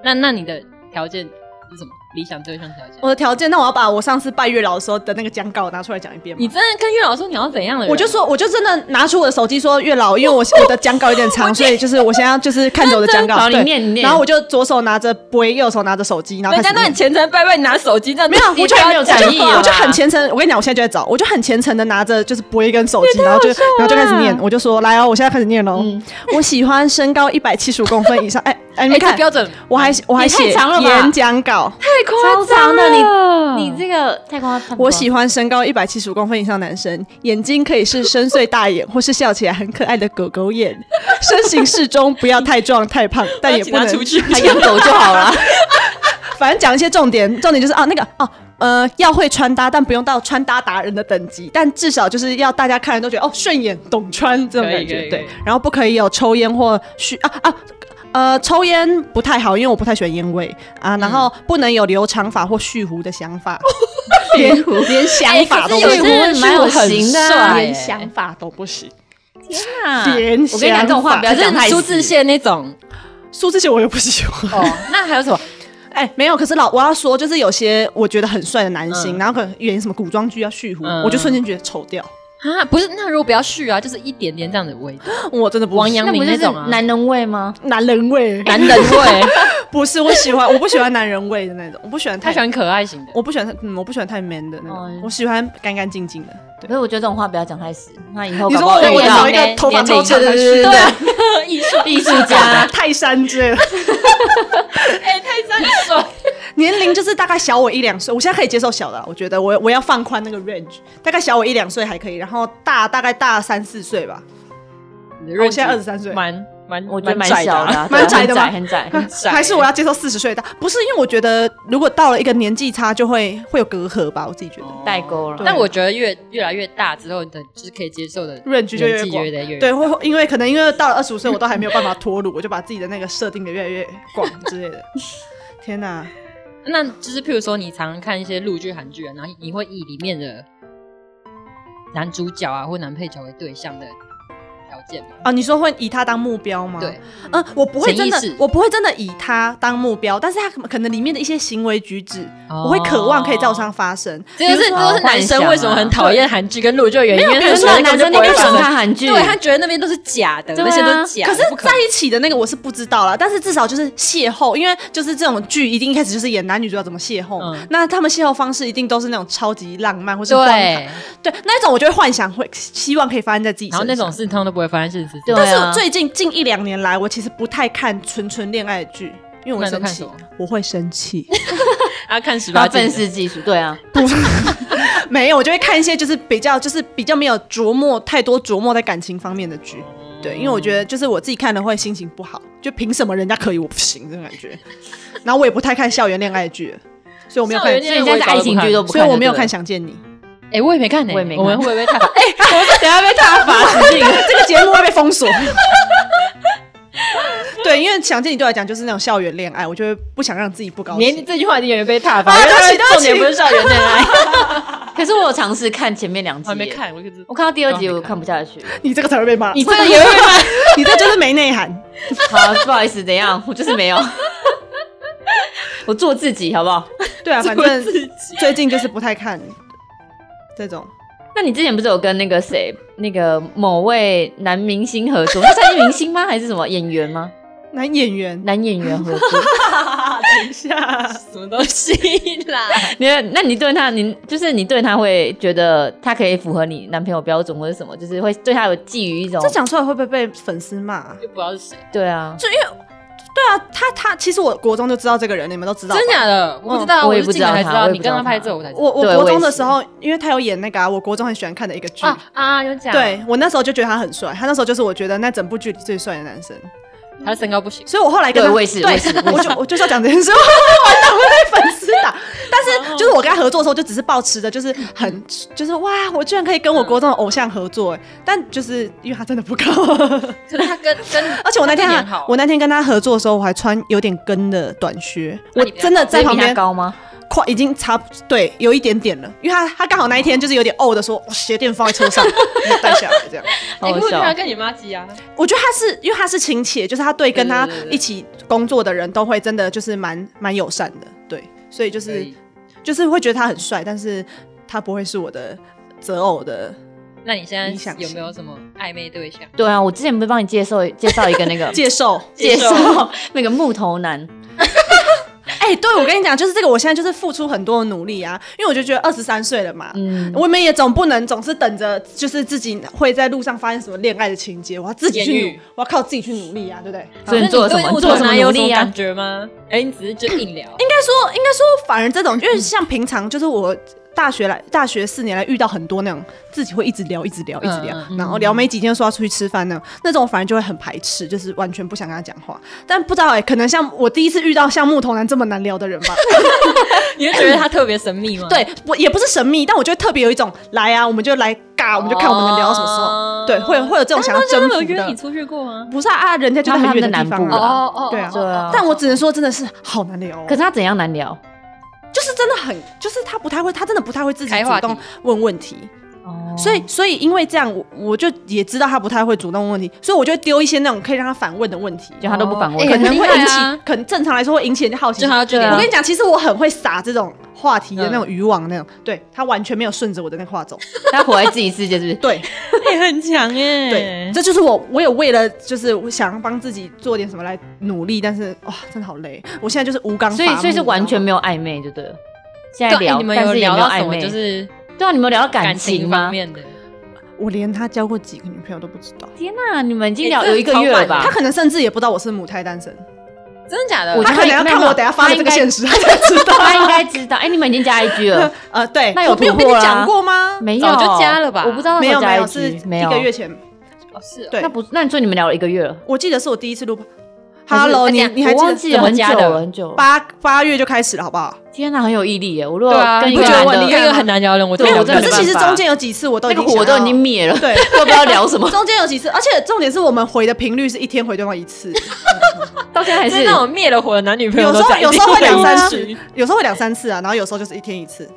Speaker 1: 那那你的条件是什么？理想对象条件？
Speaker 3: 我的条件，那我要把我上次拜月老的时候的那个讲稿拿出来讲一遍吗
Speaker 1: 你？真的跟月老说你要怎样的人？
Speaker 3: 我就说，我就真的拿出我的手机说月老，因 为我我的讲稿有点长，所以就是我现在就是看着我的讲稿，
Speaker 2: 好你
Speaker 3: 对
Speaker 2: 念你念
Speaker 3: 然后我就左手拿着杯，右手拿着手机，然后
Speaker 1: 人家
Speaker 3: 啊开始
Speaker 1: 都很
Speaker 3: 念。
Speaker 1: 虔诚拜拜，你拿手机这样
Speaker 3: 没有，我就
Speaker 2: 不要有诚意
Speaker 3: 我就
Speaker 2: 啊
Speaker 3: 我就很虔诚。我跟你讲，我现在就在找，我就很虔诚的拿着就是杯跟手机，然后就然后就开始念，我就说来哦，我现在开始念喽。
Speaker 2: 嗯
Speaker 3: 我喜欢身高一百七十五公分以上，哎哎，你
Speaker 1: 哎，
Speaker 3: 们
Speaker 1: 这
Speaker 3: 看
Speaker 1: 标，准
Speaker 3: 我还我还
Speaker 2: 也太
Speaker 3: 写
Speaker 2: 长了吧
Speaker 3: 演讲稿，
Speaker 1: 太
Speaker 2: 夸张了
Speaker 1: 了
Speaker 2: 你这个太夸张了，
Speaker 3: 我喜欢身高一百七十五公分以上男生，眼睛可以是深邃 大眼，或是笑起来很可爱的狗狗眼，身形适中，不要太壮太 胖，但也不能
Speaker 1: 出去。
Speaker 2: 他养狗就 好了。
Speaker 3: 反正讲一些重点，重点就是啊，那个哦、呃，要会穿搭，但不用到穿搭达人的等级，但至少就是要大家看人都觉得哦顺眼，懂穿这种
Speaker 1: 可以
Speaker 3: 感
Speaker 1: 可
Speaker 3: 觉。
Speaker 1: 以
Speaker 3: 对
Speaker 1: 可以，
Speaker 3: 然后不可以有抽烟或需啊啊。呃，抽烟不太好，因为我不太喜欢烟味啊。然后不能有留长发或蓄胡的想 法，连连想法都
Speaker 1: 哎
Speaker 3: 不
Speaker 1: 可是，
Speaker 3: 行
Speaker 1: 有
Speaker 2: 蛮有型的
Speaker 1: 很
Speaker 2: 啊，
Speaker 1: 帅
Speaker 3: 连想法都不行。
Speaker 2: 天哪！
Speaker 3: 连
Speaker 2: 我跟你讲，这种话不要
Speaker 1: 可
Speaker 2: 讲太
Speaker 1: 是
Speaker 2: 死
Speaker 1: 苏志燮那种
Speaker 3: 苏志燮我又不喜欢。
Speaker 1: 哦，那还有什么？
Speaker 3: 哎、没有，可是老我要说，就是有些我觉得很帅的男星，
Speaker 1: 嗯
Speaker 3: 然后可能演什么古装剧要蓄胡，
Speaker 1: 嗯
Speaker 3: 我就瞬间觉得丑掉。
Speaker 1: 啊，不是，那如果不要续啊，就是一点点这样的味道，
Speaker 3: 我真的不
Speaker 1: 王
Speaker 3: 喜
Speaker 1: 阳
Speaker 2: 那不
Speaker 1: 明
Speaker 2: 就是
Speaker 1: 种啊，
Speaker 2: 男人味吗？
Speaker 3: 男人味，
Speaker 1: 男人味，
Speaker 3: 不是我喜欢，我不喜欢男人味的那种，我不喜欢
Speaker 1: 他
Speaker 3: 太
Speaker 1: 喜，欢可爱型的。
Speaker 3: 我不喜欢，嗯，我不喜欢太 man 的那种，
Speaker 2: 哦
Speaker 3: 我喜欢干干净净的。对
Speaker 2: 可，是我觉得这种话不要讲太死，那以后
Speaker 3: 你
Speaker 2: 搞
Speaker 3: 说
Speaker 2: 不好
Speaker 3: 我
Speaker 2: 遇
Speaker 3: 我
Speaker 2: 到
Speaker 3: 找一个头发
Speaker 2: 年
Speaker 3: 超
Speaker 2: 龄
Speaker 3: 长的
Speaker 2: 对
Speaker 3: 虚 的
Speaker 1: 艺 术
Speaker 2: 艺术 家，
Speaker 3: 啊泰山之类的，
Speaker 1: 哎，太赞帅，
Speaker 3: 年龄就是大概小我一两岁，我现在可以接受小的啦，我觉得我我要放宽那个 range，大概小我一两岁还可以，然后大大概大三四岁吧，哦我现在二十三岁
Speaker 1: 蛮蛮，
Speaker 2: 我觉得蛮
Speaker 1: 窄的
Speaker 2: 小
Speaker 1: 啊
Speaker 2: 的啊，
Speaker 3: 蛮
Speaker 2: 对
Speaker 3: 窄
Speaker 2: 很
Speaker 3: 的吗
Speaker 2: 窄，很窄。
Speaker 1: 很窄
Speaker 3: 还是我要接受四十岁的？不是，因为我觉得如果到了一个年纪差，就会会有隔阂吧，我自己觉得。
Speaker 2: 代沟了
Speaker 1: 但我觉得越越来越大之后，你的就是可以接受的
Speaker 3: range 就
Speaker 1: 年
Speaker 3: 越
Speaker 1: 纪
Speaker 3: 广
Speaker 1: 越来越
Speaker 3: 对，会会因为可能因为到了二十五岁，我都还没有办法脱乳，我就把自己的那个设定的越来越广 之类的。天哪，
Speaker 1: 那就是譬如说，你常常看一些陆剧、韩剧啊，然后你会以里面的男主角啊或男配角为对象的条件吗？
Speaker 3: 啊，你说会以他当目标吗？
Speaker 1: 对，
Speaker 3: 嗯，我不会真的
Speaker 1: 潜意识，
Speaker 3: 我不会真的以他当目标，但是他可可能里面的一些行为举止，我会渴望可以在我身上发生。
Speaker 1: 哦这就是
Speaker 3: 比
Speaker 1: 这
Speaker 3: 如
Speaker 1: 都是男生为什么很讨厌韩剧跟陆剧的原因，因为
Speaker 2: 啊比
Speaker 1: 他
Speaker 2: 如
Speaker 1: 们
Speaker 2: 说
Speaker 1: 觉得
Speaker 2: 男
Speaker 1: 根本就
Speaker 2: 生那
Speaker 1: 不会
Speaker 2: 边
Speaker 1: 发
Speaker 2: 喜
Speaker 1: 生
Speaker 2: 欢看韩剧，
Speaker 1: 对他觉得那边都是假的，
Speaker 2: 对啊
Speaker 1: 那些都是假
Speaker 3: 可
Speaker 1: 的，
Speaker 3: 是
Speaker 1: 不可
Speaker 3: 在一起的那个我是不知道啦，但是至少就是邂逅，因为就是这种剧一定一开始就是演男女主角怎么邂逅，
Speaker 1: 嗯
Speaker 3: 那他们邂逅方式一定都是那种超级浪漫或是荒唐
Speaker 1: 对，
Speaker 3: 对那一种，我就会幻想会希望可以发生在自己
Speaker 1: 然
Speaker 3: 身上。
Speaker 1: 后那种事通常都不会发生现实。
Speaker 2: 对
Speaker 3: 但是
Speaker 2: 啊
Speaker 3: 我最近近一两年来，我其实不太看纯纯恋爱的剧，因为我会
Speaker 1: 那你都
Speaker 3: 生
Speaker 1: 看
Speaker 3: 气
Speaker 1: 什么，
Speaker 3: 我会生气。
Speaker 1: 啊，看十
Speaker 2: 发
Speaker 1: 八
Speaker 2: 愤
Speaker 1: 禁的，
Speaker 2: 世嫉俗，对啊，
Speaker 3: 没有，我就会看一些就是比较就是比较没有琢磨太多琢磨在感情方面的剧。对，因为我觉得就是我自己看了会心情不好，就凭什么人家可以我不行这种感觉。 然后我也不太看校园恋爱剧了，所以我没有看
Speaker 1: 校园，
Speaker 2: 所
Speaker 1: 恋
Speaker 2: 以你现在是爱情剧都不
Speaker 3: 所
Speaker 2: 看，
Speaker 3: 以我没有
Speaker 2: 对不
Speaker 3: 看《
Speaker 2: 对。
Speaker 3: 想见你》
Speaker 1: 哎，我也没看呢，
Speaker 2: 我也没看
Speaker 1: 我们会不会 太？哎，我们等下被大 罚。
Speaker 3: 这个这个节目会被封锁。对，因为《想见你》对我来讲就是那种校园恋爱，我就会不想让自己不高
Speaker 1: 你
Speaker 3: 兴。
Speaker 1: 这句话已经有点被踏伐，
Speaker 3: 啊
Speaker 1: 因为
Speaker 3: 对不起
Speaker 1: 它重点不是校园恋爱，
Speaker 2: 可是我有尝试看前面两集，
Speaker 1: 我还没，看，我就是
Speaker 2: 我看到第二集
Speaker 1: 哦没
Speaker 2: 我
Speaker 1: 看
Speaker 2: 看不下去。
Speaker 3: 你这个才会被骂，
Speaker 1: 你这个也会吗？
Speaker 3: 你这就是没内涵。
Speaker 2: 好，不好意思，怎样？我就是没有，我做自己好不好？
Speaker 3: 对啊，反正
Speaker 1: 自己
Speaker 3: 最近就是不太看这种。
Speaker 2: 那你之前不是有跟那个谁，那个某位男明星合作？他 算是明星吗？还是什么演员吗？
Speaker 3: 男演员，
Speaker 2: 男演员合 作？
Speaker 3: 等一下，
Speaker 1: 什么东西啦？
Speaker 2: 你那你对他，你就是你对他会觉得他可以符合你男朋友标准或者什么，就是会对他有寄予一种
Speaker 3: 这讲出来会不会被粉丝骂、啊？
Speaker 1: 就不知道是谁，
Speaker 2: 对啊，
Speaker 3: 对啊，他他其实我国中就知道这个人，你们都知道吧。
Speaker 1: 真假的？我不知道，
Speaker 2: 我也
Speaker 1: 是
Speaker 2: 不知
Speaker 1: 近来
Speaker 2: 道
Speaker 1: 才
Speaker 2: 他
Speaker 1: 知道
Speaker 2: 我也
Speaker 1: 你
Speaker 2: 不知
Speaker 1: 跟
Speaker 2: 道
Speaker 1: 他拍
Speaker 2: 他
Speaker 1: 这，我才知道
Speaker 3: 我我
Speaker 2: 对
Speaker 3: 国
Speaker 2: 我也
Speaker 3: 中的
Speaker 2: 是
Speaker 3: 时候，因为他有演那个、啊、我国中很喜欢看的一个剧，哦
Speaker 1: 啊啊，有讲，
Speaker 3: 对我那时候就觉得他很帅，他那时候就是我觉得那整部剧里最帅的男生，
Speaker 1: 他的身高不 行，
Speaker 3: 所以我后来跟
Speaker 2: 对
Speaker 3: 他
Speaker 2: 我也是我
Speaker 3: 对
Speaker 2: 也是我也是
Speaker 3: 我就我就是要讲这件事， 完蛋，我被粉丝打。但是就是我跟他合作的时候，就只是抱持着就是很就是哇，我居然可以跟我国中的偶像合作，欸但就是因为他真的不高，
Speaker 1: 可是他跟跟，
Speaker 3: 而且我那天
Speaker 1: 他跟你
Speaker 3: 还
Speaker 1: 很好
Speaker 3: 我那天跟他合作的时候，我还穿有点跟的短靴，
Speaker 1: 那
Speaker 3: 我
Speaker 1: 你比他
Speaker 3: 真的
Speaker 2: 所
Speaker 3: 在
Speaker 2: 以
Speaker 3: 旁
Speaker 2: 比他
Speaker 3: 边
Speaker 2: 高吗？
Speaker 3: 快已经差不对有一点点了，因为他他刚好那一天就是有点呕的说，我鞋垫放 在车上带下来这样。
Speaker 2: 好
Speaker 1: 哎，
Speaker 2: 好
Speaker 1: 可是我居
Speaker 2: 笑
Speaker 1: 然。跟你妈急啊，
Speaker 3: 我觉得他是因为他是亲切，就是他对跟他
Speaker 1: 对对对对
Speaker 3: 一起工作的人都会真的就是蛮蛮友善的，对，所以就是就是会觉得他很帅，但是他不会是我的择偶的。
Speaker 1: 那你现
Speaker 3: 理
Speaker 1: 在
Speaker 3: 想
Speaker 1: 有
Speaker 3: 型
Speaker 1: 没有什么暧昧对象？
Speaker 2: 对啊，我之前不是帮你介绍介绍一 个那个
Speaker 3: 介绍，
Speaker 1: 介
Speaker 2: 介
Speaker 1: 绍
Speaker 2: 绍 那个木头男，
Speaker 3: 哎、对我跟你讲，就是这个，我现在就是付出很多的努力啊，因为我就觉得二十三岁了嘛，
Speaker 2: 嗯，
Speaker 3: 我们也总不能总是等着，就是自己会在路上发现什么恋爱的情节，我要自己
Speaker 1: 艳
Speaker 3: 去
Speaker 1: 遇，
Speaker 3: 我要靠自己去努力啊，对不对？应
Speaker 2: 所以你做了什
Speaker 1: 可是
Speaker 2: 么？
Speaker 1: 对
Speaker 2: 你做了什
Speaker 1: 木头
Speaker 2: 么
Speaker 1: 男有
Speaker 2: 努力
Speaker 1: 什么
Speaker 2: 啊
Speaker 1: 感？觉吗？哎，你只是就硬聊，
Speaker 3: 该说，应该说，反而这种，因为像平常就是我。大学来，大学四年来遇到很多那种自己会一直聊、一直聊、一直聊，
Speaker 1: 嗯
Speaker 3: 然后聊没几天就说要出去吃饭那种，那种我反而就会很排斥，就是完全不想跟他讲话。但不知道哎、可能像我第一次遇到像木头男这么难聊的人吧，
Speaker 1: 你就觉得他特别神秘吗？
Speaker 3: 对我也不是神秘，但我就会特别有一种来啊，我们就来尬，我们就看我们能聊到什么时候，
Speaker 1: 哦
Speaker 3: 对，会会有这种想要
Speaker 1: 他
Speaker 3: 征
Speaker 1: 们
Speaker 3: 服
Speaker 1: 有约你
Speaker 3: 的。
Speaker 1: 出去过吗？
Speaker 3: 不是啊啊，人家就在很远的地
Speaker 2: 他们
Speaker 3: 方
Speaker 2: 的南部
Speaker 3: 啊
Speaker 2: 啊。
Speaker 1: 哦
Speaker 3: 对啊
Speaker 2: 对啊
Speaker 3: 但我只能说，真的是好难聊、哦。
Speaker 2: 可是他怎样难聊？
Speaker 3: 就是真的很，就是他不太会，他真的不太会自己
Speaker 1: 开
Speaker 3: 主
Speaker 1: 话
Speaker 3: 动
Speaker 1: 题
Speaker 3: 问问题。
Speaker 2: 哦
Speaker 3: 所以，所以因为这样，我我就也知道他不太会主动问问题，所以我就丢一些那种可以让他反问的问题，
Speaker 2: 就他都不反
Speaker 1: 哦
Speaker 2: 问
Speaker 1: 哎
Speaker 3: 可
Speaker 2: 我，
Speaker 3: 能会
Speaker 1: 很厉害
Speaker 3: 引起
Speaker 1: 啊，
Speaker 3: 可能正常来说会引起人家好奇
Speaker 1: 就
Speaker 3: 心。
Speaker 1: 他要觉
Speaker 2: 对
Speaker 1: 得
Speaker 2: 啊
Speaker 3: 我跟你讲，其实我很会撒这种话题的
Speaker 1: 嗯
Speaker 3: 那种渔网，那种、对他完全没有顺着我的那个话走。
Speaker 2: 他活在自己世界，是不是？
Speaker 3: 对
Speaker 1: 你很强 哎
Speaker 3: 对，这就是我，我有为了就是我想帮自己做点什么来努力，但是哇，真的好累。我现在就是无刚
Speaker 2: 所以
Speaker 3: 伐木
Speaker 2: 所以是完全
Speaker 3: 你知道吗
Speaker 2: 没有暧昧，就对了。现在
Speaker 1: 对啊，
Speaker 2: 聊，
Speaker 1: 你们
Speaker 2: 但
Speaker 1: 有
Speaker 2: 是也
Speaker 1: 聊
Speaker 2: 没有
Speaker 1: 到什
Speaker 2: 暧
Speaker 1: 么？
Speaker 2: 昧，
Speaker 1: 就是
Speaker 2: 对啊，你们有聊到感
Speaker 1: 情
Speaker 2: 情
Speaker 1: 方
Speaker 2: 吗？
Speaker 1: 面的，
Speaker 3: 我连他交过几个女朋友都不知道，
Speaker 2: 天哪、你们已经
Speaker 1: 哎
Speaker 2: 聊
Speaker 1: 这
Speaker 2: 有一个
Speaker 1: 超
Speaker 2: 月了
Speaker 1: 慢的
Speaker 2: 吧
Speaker 3: 他？可能甚至也不知道我是母胎单身，
Speaker 1: 真的假的？
Speaker 2: 我觉
Speaker 3: 他
Speaker 2: 得
Speaker 3: 可能要看我等下发的这 个现实，他才知道。
Speaker 2: 他应该知道。哎、你们已经加 IG 了？
Speaker 3: 呃，对，
Speaker 2: 那有
Speaker 3: 我没有
Speaker 2: 突
Speaker 3: 跟
Speaker 2: 破啦
Speaker 3: 你讲过吗？
Speaker 2: 没有，
Speaker 1: 早就加了吧
Speaker 2: 我不知道
Speaker 3: 没有，没
Speaker 2: 加
Speaker 3: 有，是
Speaker 2: IG，没
Speaker 3: 一个月前，
Speaker 1: 哦是哦
Speaker 3: 对
Speaker 2: 那不，那你说你们聊了一个月了？
Speaker 3: 我记得是我第一次录。
Speaker 2: 还是
Speaker 3: Hello，
Speaker 1: 哎
Speaker 3: 你
Speaker 1: 等一下
Speaker 3: 你还
Speaker 2: 我忘
Speaker 3: 记
Speaker 2: 记
Speaker 1: 怎
Speaker 2: 了
Speaker 3: 得
Speaker 1: 么
Speaker 2: 很久
Speaker 1: 加的
Speaker 2: 了，很久了。
Speaker 3: 八八月就开始了，好不好？
Speaker 2: 天哪、很有毅力耶！我如果
Speaker 1: 对啊
Speaker 2: 跟一
Speaker 1: 你
Speaker 2: 个
Speaker 1: 不觉得
Speaker 2: 男
Speaker 3: 我很
Speaker 2: 的
Speaker 3: 厉
Speaker 1: 一
Speaker 3: 害吗
Speaker 1: 个很难聊人，我
Speaker 2: 对
Speaker 1: 觉得
Speaker 2: 我真
Speaker 3: 可
Speaker 2: 的
Speaker 1: 没
Speaker 3: 是
Speaker 1: 办法
Speaker 2: 没
Speaker 3: 其实
Speaker 2: 办法
Speaker 3: 中间有几次我都
Speaker 2: 那
Speaker 3: 已
Speaker 2: 个
Speaker 3: 经
Speaker 2: 火
Speaker 3: 想要
Speaker 2: 都已经灭了，
Speaker 3: 对，
Speaker 2: 啊 都不知道聊什 么，
Speaker 3: 中间有几次，而且重点是我们回的频率是一天回对方一 次，
Speaker 2: 到现在还
Speaker 1: 就是
Speaker 2: 是
Speaker 1: 那种灭了火的男女朋友
Speaker 3: 有
Speaker 1: 都
Speaker 3: 时候
Speaker 1: 在，
Speaker 3: 有时候会
Speaker 1: 一定
Speaker 3: 两
Speaker 1: 会
Speaker 3: 三
Speaker 1: 有
Speaker 3: 次啊
Speaker 1: 一群
Speaker 3: 有时候会两三次啊，然后有时候就是一天一次。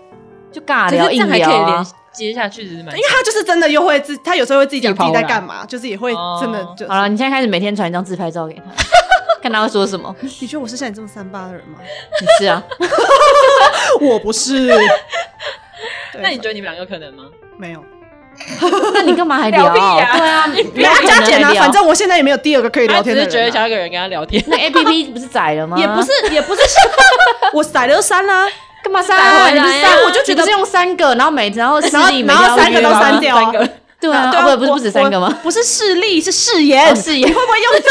Speaker 2: 就尬
Speaker 1: 可是
Speaker 2: 聊
Speaker 1: 这样还
Speaker 2: 硬
Speaker 1: 可以
Speaker 2: 聊
Speaker 1: 联
Speaker 2: 啊
Speaker 1: 系。，接下去只是蛮
Speaker 3: 因为他就是真的又会自，他有时候会自己讲
Speaker 1: 自
Speaker 3: 自
Speaker 1: 己
Speaker 3: 己
Speaker 1: 跑
Speaker 3: 在
Speaker 1: 回来
Speaker 3: 干嘛，就是也会真的
Speaker 1: 哦
Speaker 3: 就是。
Speaker 2: 好了，你现在开始每天传一张自拍照给他，看他会说什么。
Speaker 3: 你觉得我是像你这么三八的人吗？
Speaker 2: 你是啊，
Speaker 3: 我不是。对
Speaker 1: 那你觉得你们两个有可能吗？
Speaker 3: 没有？
Speaker 2: 那你干嘛还聊？
Speaker 1: 聊屁啊
Speaker 2: 对啊，
Speaker 3: 没有加减啊，
Speaker 2: 还聊
Speaker 3: 反正我现在也没有第二个可以聊
Speaker 1: 他只
Speaker 3: 天的
Speaker 1: 是觉得
Speaker 3: 人啊、
Speaker 1: 想要一个人跟他聊 天，
Speaker 2: 那 A P P 不是宰了吗？
Speaker 3: 也不
Speaker 2: 啊
Speaker 3: 是，也不是， 我甩了就删啦、
Speaker 2: 干嘛删
Speaker 1: 宰
Speaker 2: 啊，
Speaker 1: 回
Speaker 2: 你
Speaker 1: 来啊
Speaker 2: 不是删，
Speaker 1: 我
Speaker 2: 就觉得是用三个，然后每然后
Speaker 3: 然后
Speaker 2: 势力每
Speaker 3: 然后
Speaker 2: 条
Speaker 3: 三个
Speaker 2: 约
Speaker 3: 都
Speaker 2: 吗
Speaker 3: 删掉啊
Speaker 1: 三个
Speaker 2: 对啊，哦不不
Speaker 3: 我
Speaker 2: 不止三个
Speaker 3: 我
Speaker 2: 吗？
Speaker 3: 不是视力，是誓言。
Speaker 2: 哦誓言
Speaker 3: 你会不会用？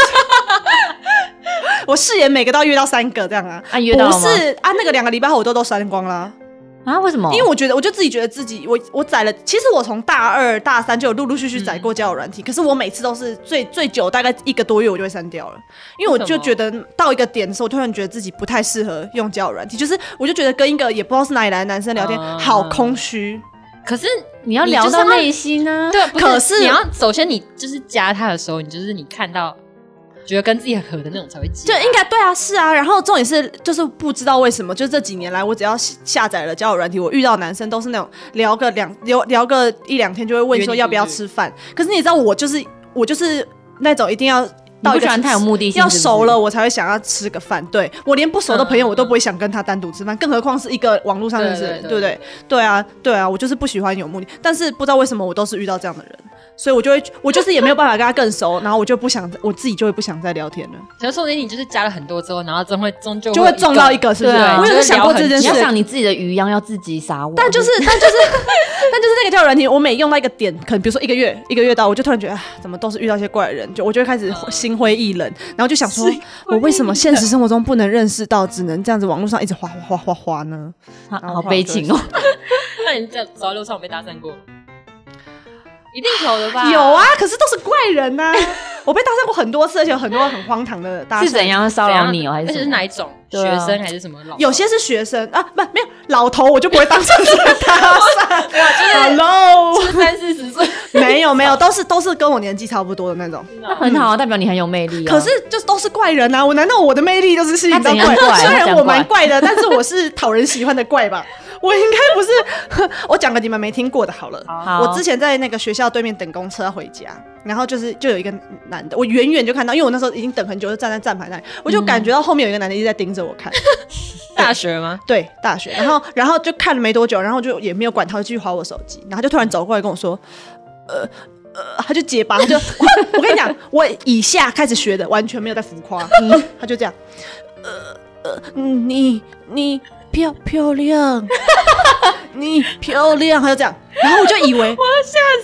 Speaker 3: 我誓言每个都要约到三个这样啊？
Speaker 2: 啊，约到了
Speaker 3: 不
Speaker 2: 吗？
Speaker 3: 是啊，那个两个礼拜后我都都删光啦，
Speaker 2: 啊，为什么？
Speaker 1: 嗯
Speaker 3: 因为我觉得，我就自己觉得自己，我我载了。其实我从大二、大三就有陆陆续续
Speaker 1: 嗯
Speaker 3: 载过交友软体，可是我每次都是最最久大概一个多月我就会删掉了，因为我
Speaker 1: 为什
Speaker 3: 就
Speaker 1: 么
Speaker 3: 觉得到一个点的时候，我突然觉得自己不太适合用交友软体，就是我就觉得跟一个也不知道是哪里来的男生聊天，
Speaker 1: 啊
Speaker 3: 好空虚。
Speaker 1: 可是
Speaker 2: 你要
Speaker 1: 你
Speaker 2: 聊
Speaker 1: 就是
Speaker 2: 到
Speaker 1: 要
Speaker 2: 内心啊。
Speaker 1: 对，不
Speaker 3: 可是
Speaker 1: 你要首先你就是加他的时候，你就是你看到觉得跟自己合的那种才会加，
Speaker 3: 就应该对啊，是啊。然后重点是，就是不知道为什么，就这几年来，我只要下下载了交友软体，我遇到男生都是那种聊个两聊聊个一两天就会问
Speaker 1: 约
Speaker 3: 说
Speaker 1: 你
Speaker 3: 要不要
Speaker 1: 出去
Speaker 3: 吃饭。可是你知道，我就是我就是那种一定要
Speaker 2: 你
Speaker 3: 到
Speaker 2: 不
Speaker 3: 一个
Speaker 2: 喜欢太有目的性，
Speaker 3: 要
Speaker 2: 是不是
Speaker 3: 熟了，我才会想要吃个饭。对我连不熟的朋友，
Speaker 1: 嗯
Speaker 3: 我都不会想跟他单独吃饭，更何况是一个网络上认识的人，对
Speaker 1: 对
Speaker 3: 不
Speaker 1: 对
Speaker 3: 对？对啊，对啊，我就是不喜欢有目的，但是不知道为什么我都是遇到这样的人，所以我就会，我就是也没有办法跟他更熟，然后我就不想，我自己就会不想再聊天了。
Speaker 1: 可是说不定你就是加了很多之后，然后终会终究
Speaker 3: 就会撞到一个，是不是？
Speaker 2: 对啊
Speaker 3: 我有
Speaker 1: 就是
Speaker 3: 想过这件
Speaker 2: 你要
Speaker 3: 事，
Speaker 2: 想你自己的鱼样要自己撒网，
Speaker 3: 但 就是但就是但就是那个交友软体，我每用到一个点，可能比如说一个月一个月到，我就突然觉得啊，怎么都是遇到一些怪人，就我就会开始心灰意冷，然后就想说，我为什么现实生活中不能认识到，只能这样子网络上一直哗哗哗哗哗呢？
Speaker 2: 好
Speaker 3: 然后
Speaker 2: 好悲情哦。
Speaker 1: 那你在走在路上有被搭讪过吗？一定有的吧？
Speaker 3: 有，啊，可是都是怪人啊呐、 我被搭讪过很多次，而且有很多很荒唐的搭讪，
Speaker 2: 是怎样骚
Speaker 1: 怎
Speaker 2: 扰
Speaker 1: 样
Speaker 2: 你哦，还
Speaker 1: 而且
Speaker 2: 是什
Speaker 1: 是
Speaker 2: 么
Speaker 1: 哪一种
Speaker 2: 对
Speaker 1: 学
Speaker 2: 啊
Speaker 1: 生还是什么老？
Speaker 3: 有些是学生啊，不没有老头，我就不会当成是搭 讪。Hello，
Speaker 1: 就是三四十岁，
Speaker 3: 没有没有，都是都是跟我年纪差不多的那种。
Speaker 2: 那 很好啊，代表你很有魅力啊。
Speaker 3: 可是就是都是怪人啊！我难道我的魅力就是吸引到
Speaker 2: 他怎样
Speaker 3: 怪？
Speaker 2: 怪他
Speaker 3: 虽
Speaker 2: 怎
Speaker 3: 然
Speaker 2: 样
Speaker 3: 我蛮怪的，但是我是讨人喜欢的怪吧？我应该不是。 我讲个你们没听过的，好了。
Speaker 2: 好，
Speaker 3: 我之前在那个学校对面等公车要回家，然后就是就有一个男的，我远远就看到，因为我那时候已经等很久，就站在站牌那里，我就感觉到后面有一个男的一直在盯着我看。
Speaker 1: 大学吗？
Speaker 3: 对，大学，然后然后就看了没多久，然后就也没有管他，就继续划我手机，然后就突然走过来跟我说，呃呃，他就结巴，他就 我我跟你讲，我以下开始学的，完全没有在浮夸，他就这样，呃呃，你你漂漂亮， 你漂亮，他就这样，然后我就以为我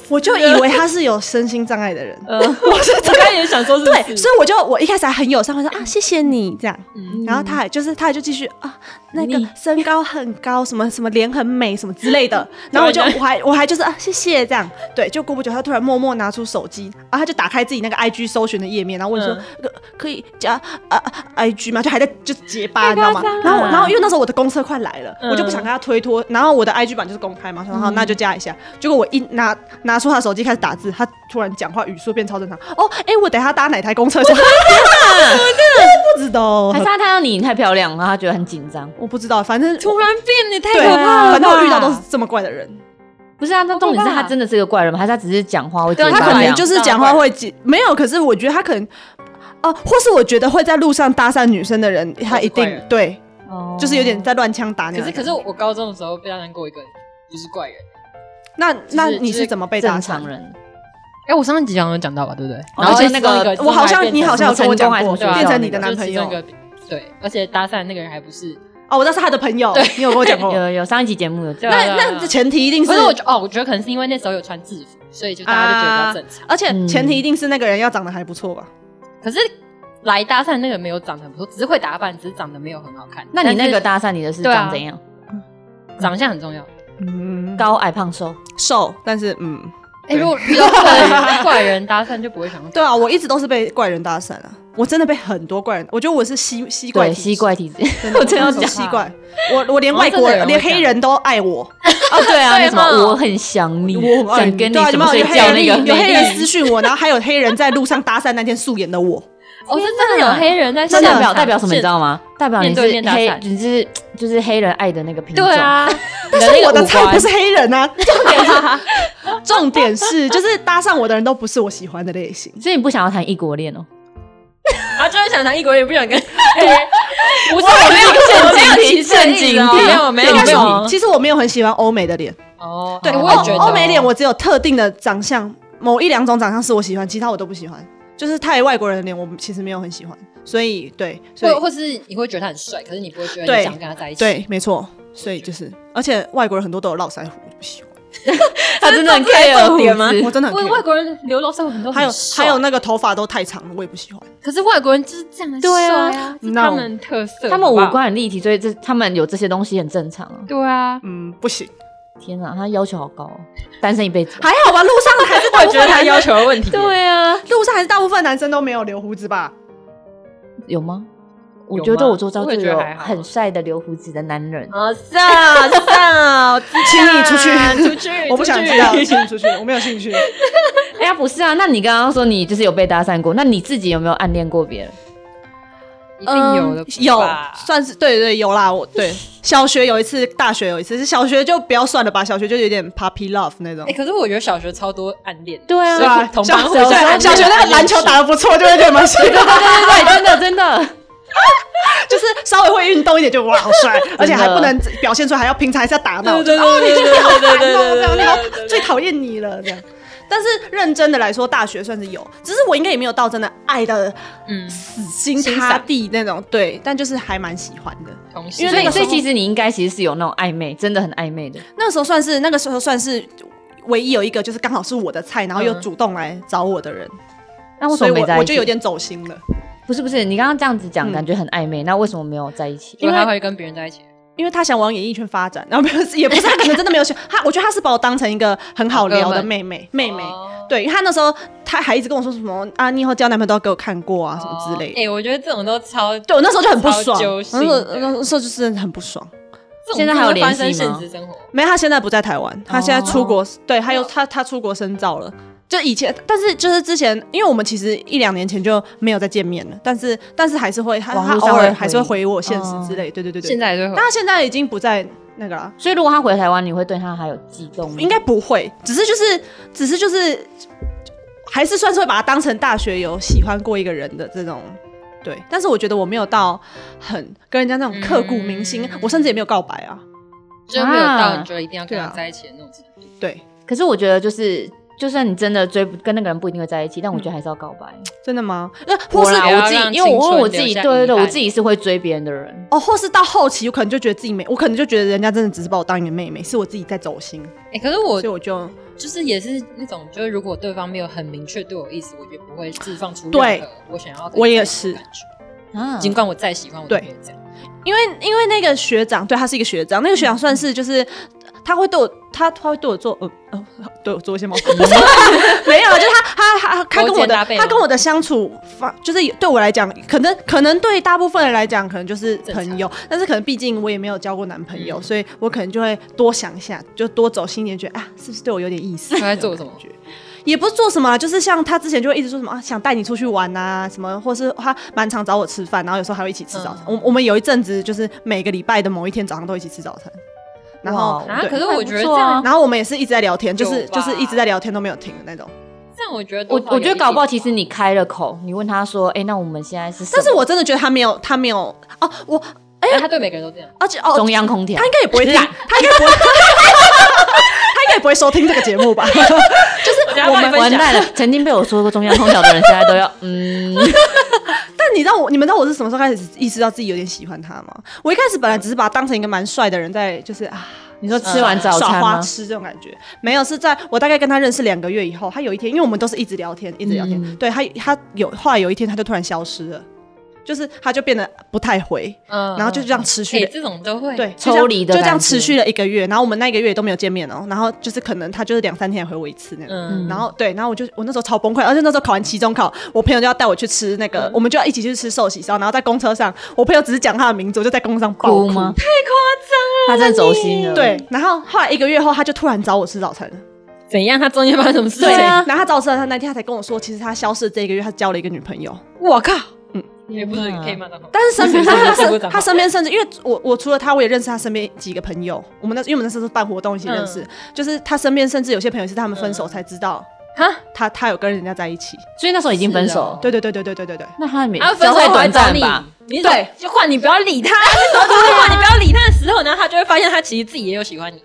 Speaker 3: 我就以为他是有身心障碍的人，
Speaker 1: 呃， 我是刚刚也想说是不
Speaker 3: 对，
Speaker 1: 是
Speaker 3: 所以我就我一开始还很友善，我
Speaker 1: 嗯
Speaker 3: 说啊谢谢你这样，然后他还就是他还就继续啊那个
Speaker 2: 你
Speaker 3: 身高很高，什么什么脸很美什么之类 的，然后我就
Speaker 1: 对对
Speaker 3: 我还我还就是啊谢谢这样，对，就过不久他突然默默拿出手机，啊他就打开自己那个 IG 搜寻的页面，然后问说、
Speaker 1: 嗯
Speaker 3: 可可以加啊啊 IG 吗？就还在就结巴你知道吗
Speaker 1: 太夸？
Speaker 3: 然
Speaker 1: 张
Speaker 3: 后
Speaker 1: 了
Speaker 3: 我然后因为那时候我的公车快来了，
Speaker 1: 嗯
Speaker 3: 我就不想跟他推脱，然后我的 IG 版就是公开嘛，说好那就加一下，结果我一拿拿出他手机开始打字，他突然讲话语速变超正常，哦哎、我等一下搭哪台公车去？ 不知道
Speaker 2: 还，是他看到你太漂亮，然后他觉得很紧张。
Speaker 3: 我不知道，反正
Speaker 1: 突然变，你太
Speaker 3: 对，
Speaker 1: 可怕了吧。
Speaker 3: 反正我遇到都是这么怪的人，
Speaker 2: 不是啊，那重点是他真的是个怪人吗？还是他只是讲话会紧
Speaker 1: 对
Speaker 2: 张？
Speaker 3: 啊他可
Speaker 1: 大
Speaker 3: 能
Speaker 1: 量
Speaker 3: 就是讲话会紧，没有，可是我觉得他可能。哦、或是我觉得会在路上搭讪女生的人，他一
Speaker 1: 都是怪
Speaker 3: 定
Speaker 1: 人
Speaker 3: 对，
Speaker 2: 哦
Speaker 3: 就是有点在乱枪打鸟
Speaker 1: 可是
Speaker 3: 的感觉。
Speaker 1: 可是我高中的时候被搭讪过一个不是怪人，
Speaker 3: 那那
Speaker 1: 就是
Speaker 3: 你
Speaker 1: 就是
Speaker 3: 是怎么被搭
Speaker 2: 正
Speaker 3: 讪
Speaker 2: 常？人。
Speaker 1: 哎，我上一集好像有讲到吧，对不对？
Speaker 2: 然后
Speaker 1: 其
Speaker 2: 就
Speaker 1: 中
Speaker 2: 那个
Speaker 1: 一
Speaker 3: 我好像
Speaker 1: 中还变
Speaker 3: 你好像有跟我讲
Speaker 2: 成
Speaker 3: 过，
Speaker 2: 功还是什么
Speaker 3: 变成
Speaker 2: 对
Speaker 3: 你的男朋友
Speaker 1: 就是其中一个对，而且搭讪那个人还不是，
Speaker 3: 哦，我知道是他的朋友，你有跟我讲 过。
Speaker 2: 有有啊上一集节目有
Speaker 1: 对
Speaker 2: 讲，
Speaker 1: 啊
Speaker 3: 那那这前提一定是
Speaker 1: 可是我觉得哦，我觉得可能是因为那时候有穿制服，所以就大家就觉得比较正常。
Speaker 3: 而且前提一定是那个人要长得还不错吧？
Speaker 1: 可是来搭讪那个没有长得很不错，只是会打扮，只是长得没有很好看。
Speaker 2: 那你那个
Speaker 1: 但
Speaker 2: 搭讪你的是
Speaker 1: 对啊
Speaker 2: 长怎样？
Speaker 1: 是长相很重要。
Speaker 3: 嗯，
Speaker 2: 高矮胖瘦？
Speaker 3: 瘦，但是嗯，
Speaker 1: 哎、如果遇到怪人怪人搭讪，就不会想要
Speaker 3: 对啊，我一直都是被怪人搭讪啊，我真的被很多怪人，我觉得我是吸吸怪
Speaker 2: 对，
Speaker 3: 体质
Speaker 2: 吸，怪体质。
Speaker 3: 真 的 我真的
Speaker 1: 真的
Speaker 3: 吸怪，我我连外国
Speaker 1: 好像真的有
Speaker 3: 人
Speaker 1: 人
Speaker 3: 连
Speaker 1: 会这样
Speaker 3: 黑人都爱我，
Speaker 2: 哦， 对啊，那什
Speaker 1: 对
Speaker 2: 么
Speaker 1: 嘛
Speaker 2: 我很想你，
Speaker 3: 我很爱
Speaker 2: 想
Speaker 3: 你
Speaker 2: 跟你
Speaker 3: 对啊，
Speaker 2: 什
Speaker 3: 有
Speaker 2: 么
Speaker 3: 没
Speaker 2: 睡
Speaker 3: 有有黑
Speaker 2: 觉那
Speaker 3: 人
Speaker 2: 个
Speaker 3: 有黑人
Speaker 2: 美丽
Speaker 3: 私讯我，然后还有黑人在路上搭讪那天素颜的我，
Speaker 1: 哦，是真的有黑人在
Speaker 2: 这
Speaker 1: 现
Speaker 2: 代
Speaker 1: 场
Speaker 2: 表代表什么？你知道吗？代表你
Speaker 1: 面
Speaker 2: 是
Speaker 1: 对面搭
Speaker 2: 黑
Speaker 1: 讪，
Speaker 2: 你是就是黑人爱的那个品种。
Speaker 1: 对，啊，但
Speaker 3: 但是我的菜不是黑人 啊，重点是重点是就是搭上我的人都不是我喜欢的类型。
Speaker 2: 所以你不想要谈异国恋哦？
Speaker 1: 啊，就是想谈异国人，也不想 跟黑人。不是，
Speaker 2: 我
Speaker 1: 我没有
Speaker 2: 我没有
Speaker 1: 正
Speaker 2: 提
Speaker 1: 经
Speaker 2: 正
Speaker 1: 正
Speaker 2: 经
Speaker 1: 经
Speaker 2: 题
Speaker 1: 没有没有
Speaker 2: 正
Speaker 1: 没
Speaker 2: 经
Speaker 1: 有
Speaker 2: 题。
Speaker 3: 其实我没有很喜欢欧美的脸，
Speaker 1: 啊哦，
Speaker 3: 对，
Speaker 1: 好
Speaker 3: 欧
Speaker 1: 我也觉得
Speaker 3: 欧美脸我只有特定的长相，某一两种长相是我喜欢，其他我都不喜欢。就是太外国人的脸，我其实没有很喜欢，所以对，所以
Speaker 1: 或或是你会觉得他很帅，可是你不会觉得
Speaker 3: 对
Speaker 1: 你想跟他在一起。
Speaker 3: 对，没错，所以就是，而且外国人很多都有络腮胡，我就不喜欢，
Speaker 2: 他真的 很 care 哦胡子
Speaker 3: 我真的很
Speaker 1: 外
Speaker 3: care
Speaker 1: 外国人留络腮胡很多，
Speaker 3: 还有
Speaker 1: 很帅
Speaker 3: 还有，那个头发都太长了，我也不喜欢。
Speaker 1: 可是外国人就是这样的
Speaker 2: 对
Speaker 1: 帅
Speaker 2: 啊
Speaker 1: 啊，这是
Speaker 3: No
Speaker 1: 他们特色，
Speaker 2: 他们
Speaker 1: 好
Speaker 2: 五
Speaker 1: 不好。
Speaker 2: 官很立体，所以这他们有这些东西很正常啊。
Speaker 1: 对啊，
Speaker 3: 嗯，不行，
Speaker 2: 天哪，他要求好高哦，单身一辈子。
Speaker 3: 还好吧，路上还是大
Speaker 1: 我
Speaker 3: 部
Speaker 1: 觉得
Speaker 3: 分
Speaker 1: 他
Speaker 3: 男
Speaker 1: 要求的问题。
Speaker 2: 对啊，
Speaker 3: 路上还是大部分男生都没有留胡子吧？
Speaker 2: 有吗？我
Speaker 1: 有
Speaker 2: 觉得
Speaker 1: 吗
Speaker 2: 我周遭
Speaker 1: 我也
Speaker 2: 就
Speaker 1: 觉得
Speaker 2: 有
Speaker 1: 还好
Speaker 2: 很帅的留胡子的男人，
Speaker 1: 啊，上上，
Speaker 3: 请你出去
Speaker 1: 出去，
Speaker 3: 我不想
Speaker 1: 出
Speaker 3: 知
Speaker 1: 去
Speaker 3: 道，请你出去，我没有兴趣。
Speaker 2: 哎呀，不是啊，那你刚刚说你就是有被搭讪过，那你自己有没有暗恋过别人？
Speaker 1: 一定有的吧，
Speaker 3: 嗯有算是对对有啦，我对小学有一次，大学有一次，是小学就不要算了吧，小学就有点 puppy love 那种
Speaker 1: 哎、。可是我觉得小学超多暗恋，
Speaker 2: 对啊
Speaker 1: 所以
Speaker 3: 吧
Speaker 1: 同
Speaker 3: 小
Speaker 1: 班互
Speaker 3: 小
Speaker 1: 相暗恋
Speaker 3: 小小学那个篮球打的不错，就会 觉得蛮帅的，
Speaker 2: 对对对，真的真的，
Speaker 3: 就是稍微会运动一点就哇好帅，而且还不能表现出来，还要平常还是要打闹，
Speaker 1: 对对
Speaker 3: 就哦
Speaker 1: 对对
Speaker 3: 你
Speaker 1: 对
Speaker 3: 好烦
Speaker 1: 对对
Speaker 3: 哦，这
Speaker 1: 对
Speaker 3: 样你
Speaker 1: 对对
Speaker 3: 好最讨厌你了这样。但是认真的来说，大学算是有，只是我应该也没有到真的爱的
Speaker 1: 嗯，
Speaker 3: 死心
Speaker 1: 欣
Speaker 3: 塌
Speaker 1: 赏
Speaker 3: 地那种，对，但就是还蛮喜欢的。
Speaker 1: 同时
Speaker 2: 因为
Speaker 1: 所
Speaker 2: 那
Speaker 1: 以
Speaker 2: 个，所以
Speaker 1: 说
Speaker 2: 其实你应该其实是有那种暧昧，真的很暧昧的。
Speaker 3: 那时候算是那个时候算是唯一有一个就是刚好是我的菜，然后又主动来找我的人，
Speaker 2: 那为什
Speaker 3: 所以
Speaker 2: 么没
Speaker 3: 我
Speaker 2: 在一起？
Speaker 3: 我就有点走心了，
Speaker 2: 不是不是，你刚刚这样子讲，
Speaker 3: 嗯
Speaker 2: 感觉很暧昧，那为什么没有在一起？
Speaker 1: 因为
Speaker 3: 因为
Speaker 1: 他会跟别人在一起，
Speaker 3: 因为他想往演艺圈发展，然后没有也不是他可能真的没有选他，我觉得他是把我当成一个很好聊的妹妹妹妹。
Speaker 1: 哦
Speaker 3: 对，因为他那时候他还一直跟我说什么啊，你以后交男朋友都要给我看过啊，什么之类
Speaker 1: 哎、
Speaker 3: 的。
Speaker 1: 我觉得这种都超，
Speaker 3: 对我那时候就很不爽，
Speaker 1: 超揪
Speaker 3: 那时
Speaker 1: 心
Speaker 3: 候
Speaker 1: 的
Speaker 3: 那时候就是很不爽。
Speaker 1: 这种
Speaker 2: 现在还有
Speaker 1: 真的会
Speaker 2: 联系
Speaker 1: 发生
Speaker 2: 吗
Speaker 1: 现实生活，
Speaker 3: 没，他现在不在台湾，他现在出国，对，他又他他出国深造了。就以前，但是就是之前，因为我们其实一两年前就没有再见面了，但是但是还是会，他
Speaker 2: 网
Speaker 3: 他
Speaker 2: 络上
Speaker 3: 偶尔
Speaker 2: 会
Speaker 3: 还是会回我现实
Speaker 2: 哦
Speaker 3: 之类，对对对对。
Speaker 1: 现，在也
Speaker 3: 但
Speaker 1: 会
Speaker 3: 他现在已经不在那个了，
Speaker 2: 所以如果他回台湾，你会对他还有悸动吗？
Speaker 3: 应该不会，只是就是只是就是，还是算是会把他当成大学有喜欢过一个人的这种。对，但是我觉得我没有到很跟人家那种刻骨铭心，
Speaker 1: 嗯
Speaker 3: 我甚至也没有告白啊。
Speaker 1: 就没有
Speaker 2: 啊
Speaker 1: 到你觉得一定要跟他
Speaker 3: 对啊
Speaker 1: 在一起的那种程度。
Speaker 3: 对，
Speaker 2: 可是我觉得就是。就算你真的追不跟那个人不一定会在一起，
Speaker 1: 嗯
Speaker 2: 但我觉得还是要告白。
Speaker 3: 真的吗？那呃或是
Speaker 2: 啦，
Speaker 1: 不要
Speaker 2: 我自己
Speaker 1: 让，
Speaker 2: 因为我
Speaker 1: 青春
Speaker 2: 我自己，
Speaker 1: 留下
Speaker 2: 对对对，
Speaker 1: 遗憾
Speaker 2: 我自己是会追别人的人。
Speaker 3: 哦，或是到后期，我可能就觉得自己没，我可能就觉得人家真的只是把我当一个妹妹，是我自己在走心，
Speaker 1: 哎、可是我
Speaker 3: 所以我就
Speaker 1: 就是也是那种，就是如果对方没有很明确对我意思，我也不会释放出
Speaker 3: 对
Speaker 1: 任何我想要跟
Speaker 3: 我
Speaker 1: 你
Speaker 3: 也
Speaker 1: 在一起的
Speaker 3: 是
Speaker 1: 感觉，
Speaker 2: 啊，
Speaker 1: 尽管我再喜欢，我都
Speaker 3: 对
Speaker 1: 不会这样。
Speaker 3: 因为因为那个学长，对他是一个学长，那个学长算是就是他会对我，他他会对我做呃呃对我做一些毛，不是 没有，就是他他他他跟
Speaker 1: 嗯勾
Speaker 3: 我
Speaker 1: 肩
Speaker 3: 的
Speaker 1: 搭背吗
Speaker 3: 他跟我的相处方，就是对我来讲，可能可能对大部分人来讲，可能就是朋友，但是可能毕竟我也没有交过男朋友，
Speaker 1: 嗯
Speaker 3: 所以我可能就会多想一下，就多走心一点，觉得啊是不是对我有点意思？
Speaker 1: 他在做什么
Speaker 3: 感觉？也不是做什么啊，就是像他之前就会一直说什么啊，想带你出去玩啊，什么，或是他蛮常找我吃饭，然后有时候还会一起吃早餐。
Speaker 1: 嗯
Speaker 3: 我我们有一阵子就是每个礼拜的某一天早上都一起吃早餐，然后
Speaker 2: 哇
Speaker 1: 啊，
Speaker 3: 对
Speaker 1: 可是
Speaker 2: 还
Speaker 1: 我
Speaker 2: 不
Speaker 1: 觉得这
Speaker 2: 错啊
Speaker 1: 样，
Speaker 3: 然后我们也是一直在聊天，就是
Speaker 1: 有吧
Speaker 3: 就是一直在聊天都没有停的那种。
Speaker 1: 这样我觉得多
Speaker 2: 我
Speaker 1: 少
Speaker 2: 我
Speaker 1: 有
Speaker 2: 觉得
Speaker 1: 一
Speaker 2: 搞不好，
Speaker 1: 点
Speaker 2: 其实你开了口，你问他说：“哎、那我们现在是什么？”
Speaker 3: 但是我真的觉得他没有他没有哦，我
Speaker 1: 哎、他对每个人都这样。
Speaker 3: 而且哦，
Speaker 2: 中央空调
Speaker 3: 他，应该也不会听，他应该不会，他应该也不会收听这个节 目吧？
Speaker 1: 我
Speaker 2: 我们完蛋了。曾经被我说过中央空调的人，现在都要嗯，
Speaker 3: 但你知道我，你们知道我是什么时候开始意识到自己有点喜欢他吗？我一开始本来只是把他当成一个蛮帅的人，在就是啊。
Speaker 2: 你说吃完早
Speaker 3: 耍
Speaker 2: 餐
Speaker 3: 花
Speaker 2: 吗？
Speaker 3: 痴这种感觉，没有是在我大概跟他认识两个月以后，他有一天，因为我们都是一直聊天，一直聊天，
Speaker 2: 嗯
Speaker 3: 对他他有后来有一天他就突然消失了，就是他就变得不太回，
Speaker 1: 嗯
Speaker 3: 然后就这样持续
Speaker 1: 哎、
Speaker 3: 了。
Speaker 1: 这种都会
Speaker 3: 对，
Speaker 2: 抽
Speaker 3: 就这样
Speaker 2: 离的
Speaker 3: 就这样
Speaker 2: 感觉
Speaker 3: 持续了一个月，然后我们那一个月都没有见面哦、然后就是可能他就是两三天才回我一次那种，
Speaker 1: 嗯
Speaker 3: 然后对，然后我就我那时候超崩溃，而且那时候考完期中考，我朋友就要带我去吃那
Speaker 2: 嗯
Speaker 3: 个，我们就要一起去吃寿喜烧，然后在公车上，我朋友只是讲他的名字，我就在公车上爆
Speaker 2: 哭吗？太夸张了，他在走心了。
Speaker 3: 对，，然后后来一个月后，他就突然找我吃早餐了。
Speaker 1: 怎样？他中间发生什么事
Speaker 3: 对
Speaker 1: 情？
Speaker 2: 啊
Speaker 3: 然后他找我吃了，他那天他才跟我说，其实他消失这一个月，他交了一个女朋友。
Speaker 1: 我靠！嗯也不是可以骂脏话，
Speaker 3: 但是身边他
Speaker 1: 是不
Speaker 3: 身
Speaker 1: 长
Speaker 3: 他身边甚至因为我我除了他，我也认识他身边几个朋友。我们那因为我们那时候是办活动一起认识，就是他身边甚至有些朋友是他们分手才知道
Speaker 2: 嗯
Speaker 1: 哈，
Speaker 3: 他他有跟人家在一起。
Speaker 2: 所以那时候已经分手了。
Speaker 3: 对对对对对对对对。
Speaker 2: 那啊他没
Speaker 1: 然后分手
Speaker 2: 交代
Speaker 1: 后来
Speaker 2: 短
Speaker 1: 找
Speaker 2: 暂
Speaker 1: 你
Speaker 2: 吧？，啊
Speaker 1: 你怎么
Speaker 3: 对
Speaker 1: 就换你不要理 他，那时候就是换你不要理他的时候，然后他就会发现他其实自己也有喜欢你，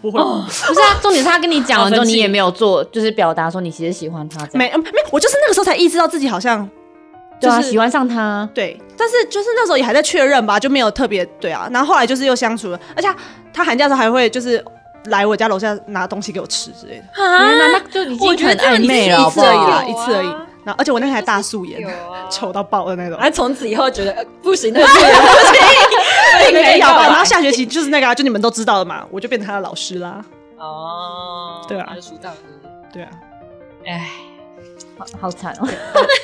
Speaker 3: 不会，
Speaker 2: 不是啊，重 点是他跟你讲完之后，
Speaker 1: 好生
Speaker 2: 你
Speaker 1: 气
Speaker 2: 也没有做，就是表达说你其实喜欢他这样。
Speaker 3: 没嗯没，我就是那个时候才意识到自己好像
Speaker 2: 对啊，
Speaker 3: 就是
Speaker 2: 喜欢上他。
Speaker 3: 对，但是就是那时候也还在确认吧，就没有特别对啊。然后后来就是又相处了，而且他他寒假的时候还会就是来我家楼下拿东西给我吃之类的，
Speaker 2: 天哪
Speaker 1: 啊，
Speaker 2: 那就已
Speaker 1: 我
Speaker 2: 经
Speaker 1: 觉得
Speaker 2: 很
Speaker 1: 这个
Speaker 2: 暧
Speaker 1: 你
Speaker 2: 昧
Speaker 1: 是
Speaker 2: 了，好
Speaker 1: 一
Speaker 2: 不
Speaker 1: 次
Speaker 3: 而已
Speaker 1: 有
Speaker 2: 好？
Speaker 3: 啦，
Speaker 1: 啊
Speaker 3: 一次而已。然后而且我那还大素颜
Speaker 1: 有，啊，
Speaker 3: 丑到爆的那种。
Speaker 1: 他从此以后觉得呃不行，那个不行，那
Speaker 3: 并
Speaker 1: 个
Speaker 3: 没有吧？然
Speaker 1: 吧
Speaker 3: 后？下学期就是那个、啊，就你们都知道的嘛，我就变成他的老师啦。
Speaker 1: 哦，
Speaker 3: 对啊
Speaker 1: 他就出道了。
Speaker 3: 对啊，
Speaker 1: 哎，
Speaker 2: 好好惨哦。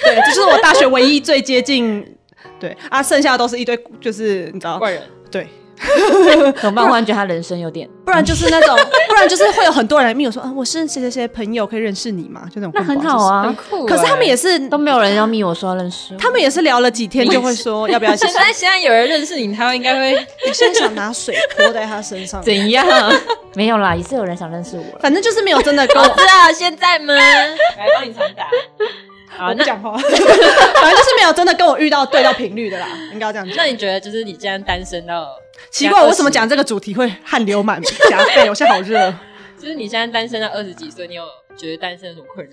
Speaker 3: 对，这就是我大学唯一最接近。对啊，剩下的都是一堆，就是你知道，
Speaker 1: 怪人，
Speaker 3: 对，
Speaker 2: 怎么办？我忽然觉得他人生有点……
Speaker 3: 不然就是那种，不然就是会有很多人问我说，啊，我是谁谁谁朋友，可以认识你吗？就那种，
Speaker 2: 那很好。啊，
Speaker 1: 酷
Speaker 3: 可是他们也是，
Speaker 2: 都没有人要密我说要认识我。
Speaker 3: 他们也是聊了几天就会说要不要一起
Speaker 1: 现在现在有人认识你，他应该会
Speaker 3: 我现在想拿水泼在他身上，
Speaker 2: 怎样？没有啦，也是有人想认识我了。
Speaker 3: 反正就是没有真的跟
Speaker 1: 我
Speaker 3: 我
Speaker 1: 知道现在吗？来帮你传达。好，那
Speaker 3: 讲话， 反正就是没有真的跟我遇到对到频率的啦，应该要这 样讲。
Speaker 1: 那你觉得就是你既然单身到，
Speaker 3: 奇怪，我为什么讲这个主题会汗流满 浃背？我现在好热，
Speaker 1: 就是你现在单身到二十几岁，你有觉得单身有什么困扰？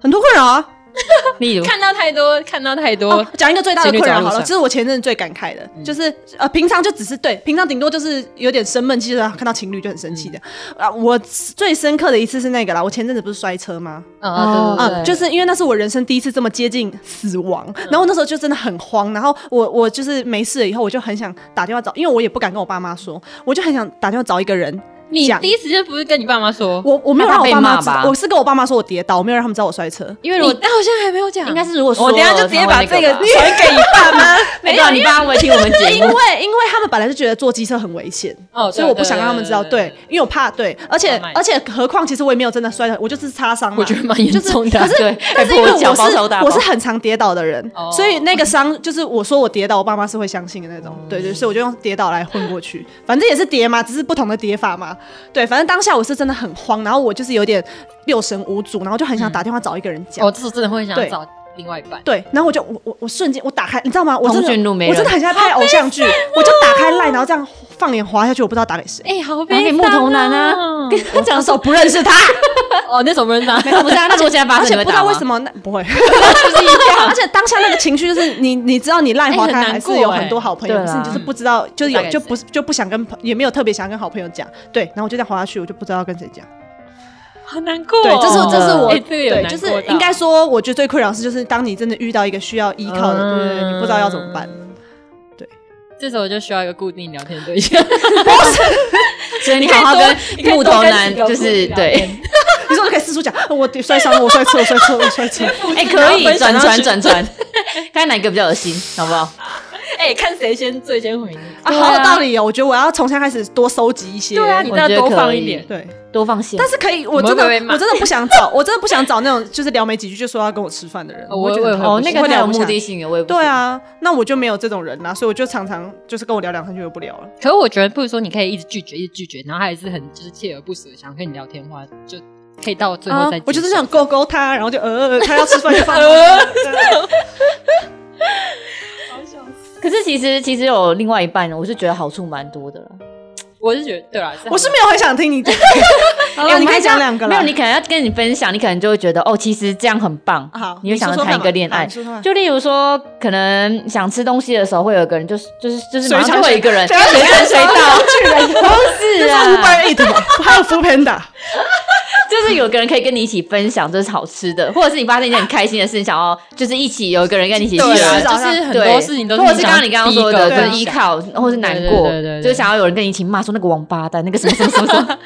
Speaker 3: 很多困扰啊。
Speaker 2: 例如，
Speaker 1: 看到太多，看到太多
Speaker 3: 哦，讲一个最大的困扰好
Speaker 1: 情侣找路
Speaker 3: 了，
Speaker 1: 上嗯
Speaker 3: 这是我前阵子最感慨的，就是呃，平常就只是对，平常顶多就是有点生闷气，然后看到情侣就很生气的。
Speaker 1: 嗯
Speaker 3: 啊，我最深刻的一次是那个啦，我前阵子不是摔车吗？
Speaker 2: 哦
Speaker 1: 对对对
Speaker 3: 啊，就是因为那是我人生第一次这么接近死亡，然后那时候就真的很慌，然后我我就是没事了以后，我就很想打电话找，因为我也不敢跟我爸妈说，我就很想打电话找一个人
Speaker 1: 你
Speaker 3: 讲
Speaker 1: 第一时间不是跟你爸妈说？
Speaker 3: 我我没有让我爸
Speaker 2: 怕
Speaker 3: 妈
Speaker 2: 被
Speaker 3: 知
Speaker 2: 骂吧
Speaker 3: 道，我是跟我爸妈说我跌倒，我没有让他们知道我摔车。
Speaker 2: 因为如果
Speaker 1: 你好像还没有讲
Speaker 2: 应该是如果说
Speaker 1: 我
Speaker 2: 了，
Speaker 1: 等一下就直接把这个
Speaker 2: 他会那
Speaker 1: 传给你爸妈。
Speaker 2: 吧 没有，你爸会听我们节
Speaker 3: 哎因
Speaker 2: 目。
Speaker 3: 为因为他们本来就觉得坐机车很危险，
Speaker 1: 哦
Speaker 3: 所以我不想让他们知道。对，因为我怕对，而且
Speaker 1: 慢慢
Speaker 3: 而且何况其实我也没有真的摔的，我就是擦伤嘛。
Speaker 1: 我觉得蛮严重的啊。
Speaker 3: 就是
Speaker 2: 对
Speaker 3: 可是，但是
Speaker 2: 还
Speaker 3: 因
Speaker 2: 破
Speaker 3: 为我
Speaker 2: 脚包
Speaker 3: 是
Speaker 2: 手打包
Speaker 3: 我是很常跌倒的人
Speaker 1: 哦，
Speaker 3: 所以那个伤就是我说我跌倒，我爸妈是会相信的那
Speaker 2: 哦
Speaker 3: 种。对对，所以我就用跌倒来混过去，反正也是跌嘛，只是不同的跌法嘛。对，反正当下我是真的很慌，然后我就是有点六神无主，然后就很
Speaker 2: 嗯
Speaker 3: 想打电话找一个人讲
Speaker 2: 哦
Speaker 1: 哦我。这时候真的会想
Speaker 3: 对
Speaker 1: 找另外一半。
Speaker 3: 对，然后我就我我我瞬间我打开，你知道吗？我真
Speaker 2: 通讯录没
Speaker 3: 的
Speaker 2: 人
Speaker 3: 我真的很像在拍偶像
Speaker 2: 哦
Speaker 3: 剧，我就打开 line，然后这样放眼滑下去，我不知道打给谁。
Speaker 1: 哎，好
Speaker 2: 打给
Speaker 1: 悲
Speaker 2: 木头男啊，跟他讲的时候不认识他，
Speaker 1: 哦，那首不是他，
Speaker 2: 不是啊？那如果现在发
Speaker 3: 而
Speaker 2: 生，你会
Speaker 3: 且不知
Speaker 2: 打
Speaker 3: 道为
Speaker 2: 吗
Speaker 3: 什？么那 不会，而且当下那个情绪就是你你知道你赖滑
Speaker 1: 哎很
Speaker 3: 开
Speaker 1: 难
Speaker 3: 还是
Speaker 1: 过
Speaker 3: 有
Speaker 1: 哎
Speaker 3: 很多好朋友，
Speaker 2: 对
Speaker 3: 可是
Speaker 2: 啦
Speaker 3: 你就是不知道，就是
Speaker 1: 大
Speaker 3: 有
Speaker 1: 概
Speaker 3: 就不
Speaker 1: 是
Speaker 3: 就不想跟朋也没有特别想跟好朋友讲，对，然后我就这样滑下去，我就不知道跟谁讲，
Speaker 1: 好难过哦。
Speaker 3: 对，这是这是我
Speaker 1: 哎这个有
Speaker 3: 对，
Speaker 1: 难
Speaker 3: 就是
Speaker 1: 过到
Speaker 3: 应该说，我觉得最困扰是就是当你真的遇到一个需要依靠的，嗯对对对，你不知道要怎么办，
Speaker 1: 嗯
Speaker 3: 对，
Speaker 1: 这时候就需要一个固定聊天对 象。
Speaker 2: 所以你
Speaker 1: 可以
Speaker 2: 好好
Speaker 1: 多
Speaker 2: 跟
Speaker 1: 你可以
Speaker 2: 木
Speaker 1: 多
Speaker 2: 头
Speaker 1: 跟
Speaker 2: 男
Speaker 1: 几个
Speaker 2: 就是
Speaker 1: 朋友聊
Speaker 2: 对
Speaker 1: 天，
Speaker 3: 你说我就可以四处讲，呃我摔伤了，我摔车，我摔车，我摔 车，
Speaker 2: 哎，
Speaker 1: 然
Speaker 2: 可
Speaker 1: 后
Speaker 2: 以
Speaker 1: 分享
Speaker 2: 转
Speaker 1: 到
Speaker 2: 传
Speaker 1: 群
Speaker 2: 转传， 看哪一个比较恶心，好不好？
Speaker 1: 哎，看谁先最先回你。
Speaker 3: 啊，
Speaker 2: 对
Speaker 3: 好有
Speaker 2: 啊
Speaker 3: 道理哦，我觉得我要从现在开始多收集一些，
Speaker 1: 对啊，你
Speaker 2: 我
Speaker 1: 再
Speaker 2: 觉得
Speaker 1: 多
Speaker 2: 可
Speaker 1: 放一
Speaker 2: 以
Speaker 1: 点。
Speaker 3: 对。
Speaker 2: 多放线
Speaker 3: 但。是可以，我
Speaker 1: 们
Speaker 3: 真的
Speaker 1: 会不会被骂
Speaker 3: 我真的不想找， 我真的不想找那种就是聊没几句就说要跟我吃饭的人。
Speaker 1: 哦我
Speaker 3: 会觉得
Speaker 1: 我也
Speaker 3: 很
Speaker 1: 会
Speaker 2: 哦，那个
Speaker 3: 会
Speaker 2: 太
Speaker 3: 聊
Speaker 2: 有
Speaker 3: 不
Speaker 2: 目
Speaker 3: 下
Speaker 2: 的
Speaker 3: 去。
Speaker 2: 性了，我也不
Speaker 3: 对
Speaker 2: 行，
Speaker 3: 啊，那我就没有这种人啦，所以我就常常就是跟我聊两三句就不聊了。
Speaker 1: 可是我觉得，不如说你可以一直拒绝，一直拒绝，然后他还是很就是锲而不舍，想跟你聊天的话，就可以到最后再、
Speaker 3: 啊我就是想。勾勾他，然后就呃，他要吃 饭就放啊
Speaker 2: 可是其实其实有另外一半，我是觉得好处蛮多的了。
Speaker 1: 我是觉得，对啦，啊好的
Speaker 3: 我是没有很想 听你讲，好
Speaker 2: 哎
Speaker 3: 了，你可
Speaker 2: 还
Speaker 3: 以
Speaker 2: 是要
Speaker 3: 讲两个
Speaker 2: 没
Speaker 3: 啦
Speaker 2: 有，你可能要跟你分享，你可能就会觉得哦，其实这样很棒。
Speaker 3: 好，
Speaker 2: 你会想
Speaker 3: 说
Speaker 2: 要
Speaker 3: 说
Speaker 2: 谈
Speaker 3: 看
Speaker 2: 一
Speaker 3: 嘛
Speaker 2: 个恋爱
Speaker 3: 好你。说说看
Speaker 2: 就例如说，可能想吃东西的时候，会有一个人，就是就是就是
Speaker 3: 谁
Speaker 2: 马上就会有一个人，
Speaker 3: 谁谁
Speaker 2: 看谁到，
Speaker 1: 啊
Speaker 2: 不是
Speaker 3: 这是五
Speaker 2: 啊，
Speaker 3: 百 e a 还有 Food Panda，
Speaker 2: 就是有个人可以跟你一起分享这是好吃的，或者是你发生一件很开心的事，你想要就是一起有一个人跟你一起
Speaker 1: 对
Speaker 3: 是
Speaker 1: 啦，
Speaker 3: 啊
Speaker 1: 就是很
Speaker 2: 对
Speaker 1: 多事情都是
Speaker 2: 或者
Speaker 1: 你
Speaker 2: 是
Speaker 1: 想
Speaker 2: 刚刚你刚刚说的，
Speaker 1: 逼一
Speaker 2: 就
Speaker 1: 个啊
Speaker 2: 是依靠，或是难
Speaker 1: 对对
Speaker 2: 过
Speaker 1: 对对，对
Speaker 2: 就是想要有人跟你一起骂，说那个王八蛋，那个什么什么什么 什么，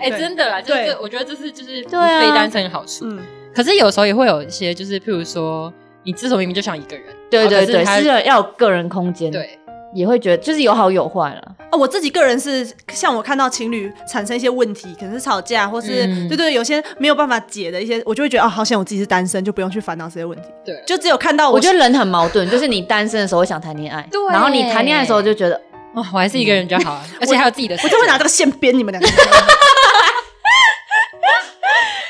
Speaker 1: 哎、
Speaker 3: 对
Speaker 1: 真的啦，就是
Speaker 3: 对
Speaker 1: 这我觉得这是就是
Speaker 2: 对啊
Speaker 1: 非单身的好处。
Speaker 3: 嗯，
Speaker 1: 可是有时候也会有一些，就是譬如说，你自从明明就想一个人，啊
Speaker 2: 对对
Speaker 1: 然
Speaker 2: 啊
Speaker 1: 后可
Speaker 2: 对，
Speaker 1: 是他
Speaker 2: 是要有个人空间，
Speaker 1: 对，
Speaker 2: 也会觉得就是有好有坏了。
Speaker 3: 啊，我自己个人是像我看到情侣产生一些问题，可能是吵架，或是、
Speaker 1: 嗯
Speaker 3: 对对，有些没有办法解的一些，我就会觉得啊，好险我自己是单身，就不用去烦恼这些问题。
Speaker 1: 对，
Speaker 3: 就只有看
Speaker 1: 哦
Speaker 3: 到
Speaker 2: 我
Speaker 3: 我
Speaker 2: 觉得人很矛盾，就是你单身的时候会想谈恋爱，
Speaker 1: 对
Speaker 2: 然后你谈恋爱的时候就觉得
Speaker 1: 哇，我还是一个人比较好啊，
Speaker 2: 嗯
Speaker 1: 而且还有自己的时
Speaker 3: 我
Speaker 1: 间。
Speaker 3: 就会拿这个线鞭你们两个。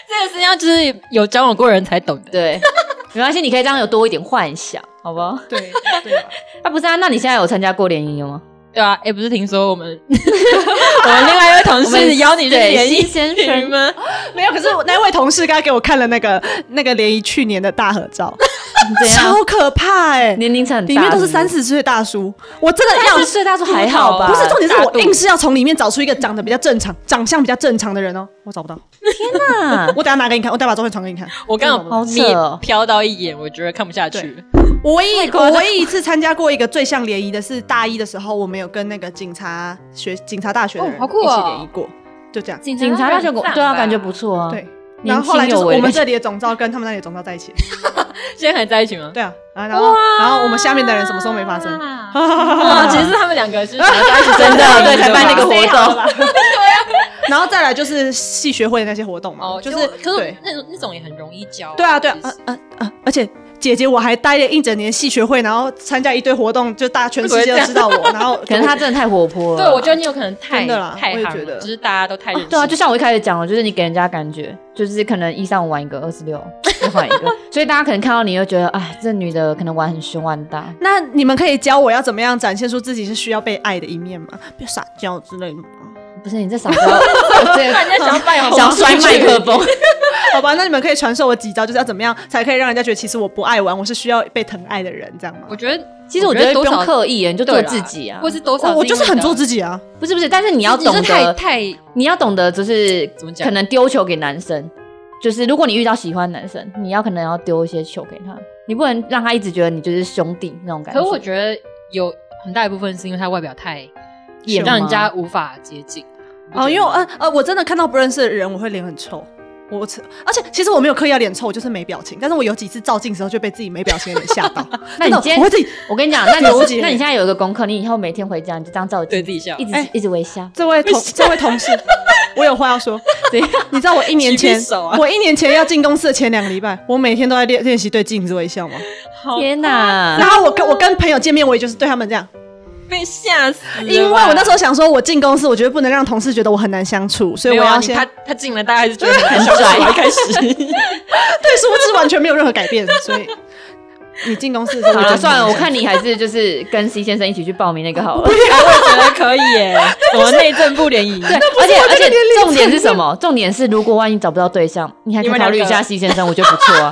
Speaker 1: 这个实际上就是有交往过的人才懂的。
Speaker 2: 对， 没关系，你可以这样有多一点幻想，好不好？
Speaker 3: 对对啊，
Speaker 2: 啊，不是啊，那你现在有参加过联谊了吗？
Speaker 1: 对啊，哎，不是听说我 们我们另外一位同
Speaker 2: 我们
Speaker 1: 事邀你去
Speaker 2: 对
Speaker 1: 联谊
Speaker 2: 新鲜
Speaker 1: 群
Speaker 2: 人
Speaker 1: 吗？
Speaker 3: 没有。可是我那位同事刚刚给我看了那个那个联谊去年的大合照，
Speaker 2: 怎样？
Speaker 3: 超可怕哎、
Speaker 2: 年龄层很大，
Speaker 3: 里面都
Speaker 2: 不
Speaker 3: 是 三十岁的大叔，我真的要
Speaker 2: 三十岁大叔还好吧？
Speaker 3: 不是重点是
Speaker 1: 大
Speaker 3: 我
Speaker 1: 肚
Speaker 3: 硬是要从里面找出一个长得比较正常、长相比较正常的人哦，我找不到。
Speaker 2: 啊，
Speaker 3: 我等下拿给你看，我等下把照片传给你看。
Speaker 1: 我刚
Speaker 2: 嗯好
Speaker 1: 好
Speaker 2: 扯
Speaker 1: 眯
Speaker 2: 哦
Speaker 1: 瞟到一眼，我觉得看不下去
Speaker 3: 对
Speaker 1: 了。
Speaker 3: 我唯一
Speaker 1: 夸
Speaker 3: 我
Speaker 1: 张
Speaker 3: 唯一一次参加过一个最像联谊的是大一的时候，我们有跟那个警察学警察大学的人
Speaker 1: 哦好酷
Speaker 3: 一
Speaker 1: 哦
Speaker 3: 起联谊过，就这样。
Speaker 2: 警察 大学对啊，感觉不
Speaker 1: 错。
Speaker 2: 错啊。
Speaker 3: 对，
Speaker 2: 年
Speaker 3: 然后后来
Speaker 2: 轻
Speaker 3: 就
Speaker 2: 有
Speaker 3: 是
Speaker 2: 为
Speaker 3: 我
Speaker 2: 的
Speaker 3: 们这里的总招跟他们那里的总招在 一起。
Speaker 1: 现在还在一起吗？
Speaker 3: 对啊，啊然后然后我们下面的人什么时候没发 生？
Speaker 1: 哦，其实是他们两个是
Speaker 2: 真
Speaker 1: 真啊
Speaker 2: 的对才办那个活 动。
Speaker 3: 然后再来就是系学会的那些活动嘛，
Speaker 1: 哦，
Speaker 3: 就
Speaker 1: 就是是可
Speaker 3: 对
Speaker 1: 是那种那种也很容易交。
Speaker 3: 对啊，对啊，
Speaker 1: 其
Speaker 3: 啊
Speaker 1: 实
Speaker 3: 啊啊！而且姐姐我还待了一整年系学会，然后参加一堆活动，就大家全世界都知道我，然后
Speaker 2: 可能他真的太活泼了。
Speaker 1: 对，我觉得你有可能太
Speaker 3: 真的啦
Speaker 1: 太
Speaker 3: 我也
Speaker 1: 夯
Speaker 3: 觉得
Speaker 1: 了就是大家都太认识。
Speaker 2: 对啊，就像我一开始讲了，就是你给人家感觉就是可能一三五玩一个，二四六 又换一个，所以大家可能看到你就觉得，哎，这女的可能玩很凶玩大。
Speaker 3: 那你们可以教我要怎么样展现出自己是需要被爱的一面吗？别撒娇之类的吗。
Speaker 2: 不是你这傻子，这
Speaker 1: 人家想要 办红
Speaker 2: 想要摔麦克风，
Speaker 3: 好吧，那你们可以传授我几招，就是要怎么样才可以让人家觉得其实我不爱玩，我是需要被疼爱的人，这样吗
Speaker 1: 我？觉得
Speaker 2: 其实我觉得不
Speaker 1: 多
Speaker 2: 用
Speaker 1: 少
Speaker 2: 刻意，你就做自己啊
Speaker 1: 或。是多少
Speaker 3: 我我就是很做
Speaker 1: 己，
Speaker 3: 自己啊，
Speaker 2: 不是不是，但是你
Speaker 1: 你
Speaker 2: 要懂
Speaker 1: 是太
Speaker 2: 得，
Speaker 1: 太
Speaker 2: 你要懂得就是
Speaker 1: 怎么讲
Speaker 2: 可能丢球给男生，就是如果你遇到喜欢的男生，你要可能要丢一些球给他，你不能让他一直觉得你就是兄弟那种感觉。
Speaker 1: 可是我觉得有很大一部分是因为他外表太
Speaker 2: 野
Speaker 1: 让人
Speaker 2: 蛮
Speaker 1: 家无法接近。
Speaker 3: 哦，因为我呃呃，我真的看到不认识的人，我会脸很臭。我而且其实我没有刻意要脸臭，我就是没表情。但是我有几次照镜时候就被自己没表情的脸吓 到。
Speaker 2: 那你
Speaker 3: 真的
Speaker 2: 今天
Speaker 3: 我会自己
Speaker 2: 我跟你讲，那 你
Speaker 3: 逻辑
Speaker 2: 那你现在有一个功课，你以后每天回家你就这样照
Speaker 1: 对啊自
Speaker 2: 镜子，
Speaker 1: 己笑
Speaker 2: 一，直、
Speaker 3: 哎
Speaker 2: 一直微笑。
Speaker 3: 这位同这位同事，我有话要说。
Speaker 2: 对，
Speaker 3: 你知道我一年前
Speaker 1: 举，手啊
Speaker 3: 我一年前要进公司的前两个礼拜，我每天都在练练习对镜子微笑嘛。
Speaker 1: 哎好
Speaker 2: 天哪
Speaker 3: 然！后我跟我跟朋友见面，我也就是对他们这样，
Speaker 1: 被吓死了吧！
Speaker 3: 因为我那时候想说，我进公司，我觉得不能让同事觉得我很难相处，所以
Speaker 1: 没
Speaker 3: 我
Speaker 1: 有啊
Speaker 3: 要
Speaker 1: 你
Speaker 3: 先、
Speaker 1: 他他进来，大家还是觉得 很拽，一开始
Speaker 3: 对，殊不知完全没有任何改变，所以你进公司的时候
Speaker 2: 好
Speaker 3: 我就
Speaker 2: 了，
Speaker 3: 是这
Speaker 2: 算
Speaker 3: 样
Speaker 2: 了，我看你还是就是跟 C 先生一起去报名那 个好了。
Speaker 1: 我觉得可以耶，我们内政部联谊。
Speaker 2: 对，而且而且重点是什么？重点是如果万一找不到对象，你还可
Speaker 1: 你
Speaker 2: 以
Speaker 1: 们
Speaker 2: 考
Speaker 1: 两个
Speaker 2: 虑一下 C 先生，我觉得不错 啊。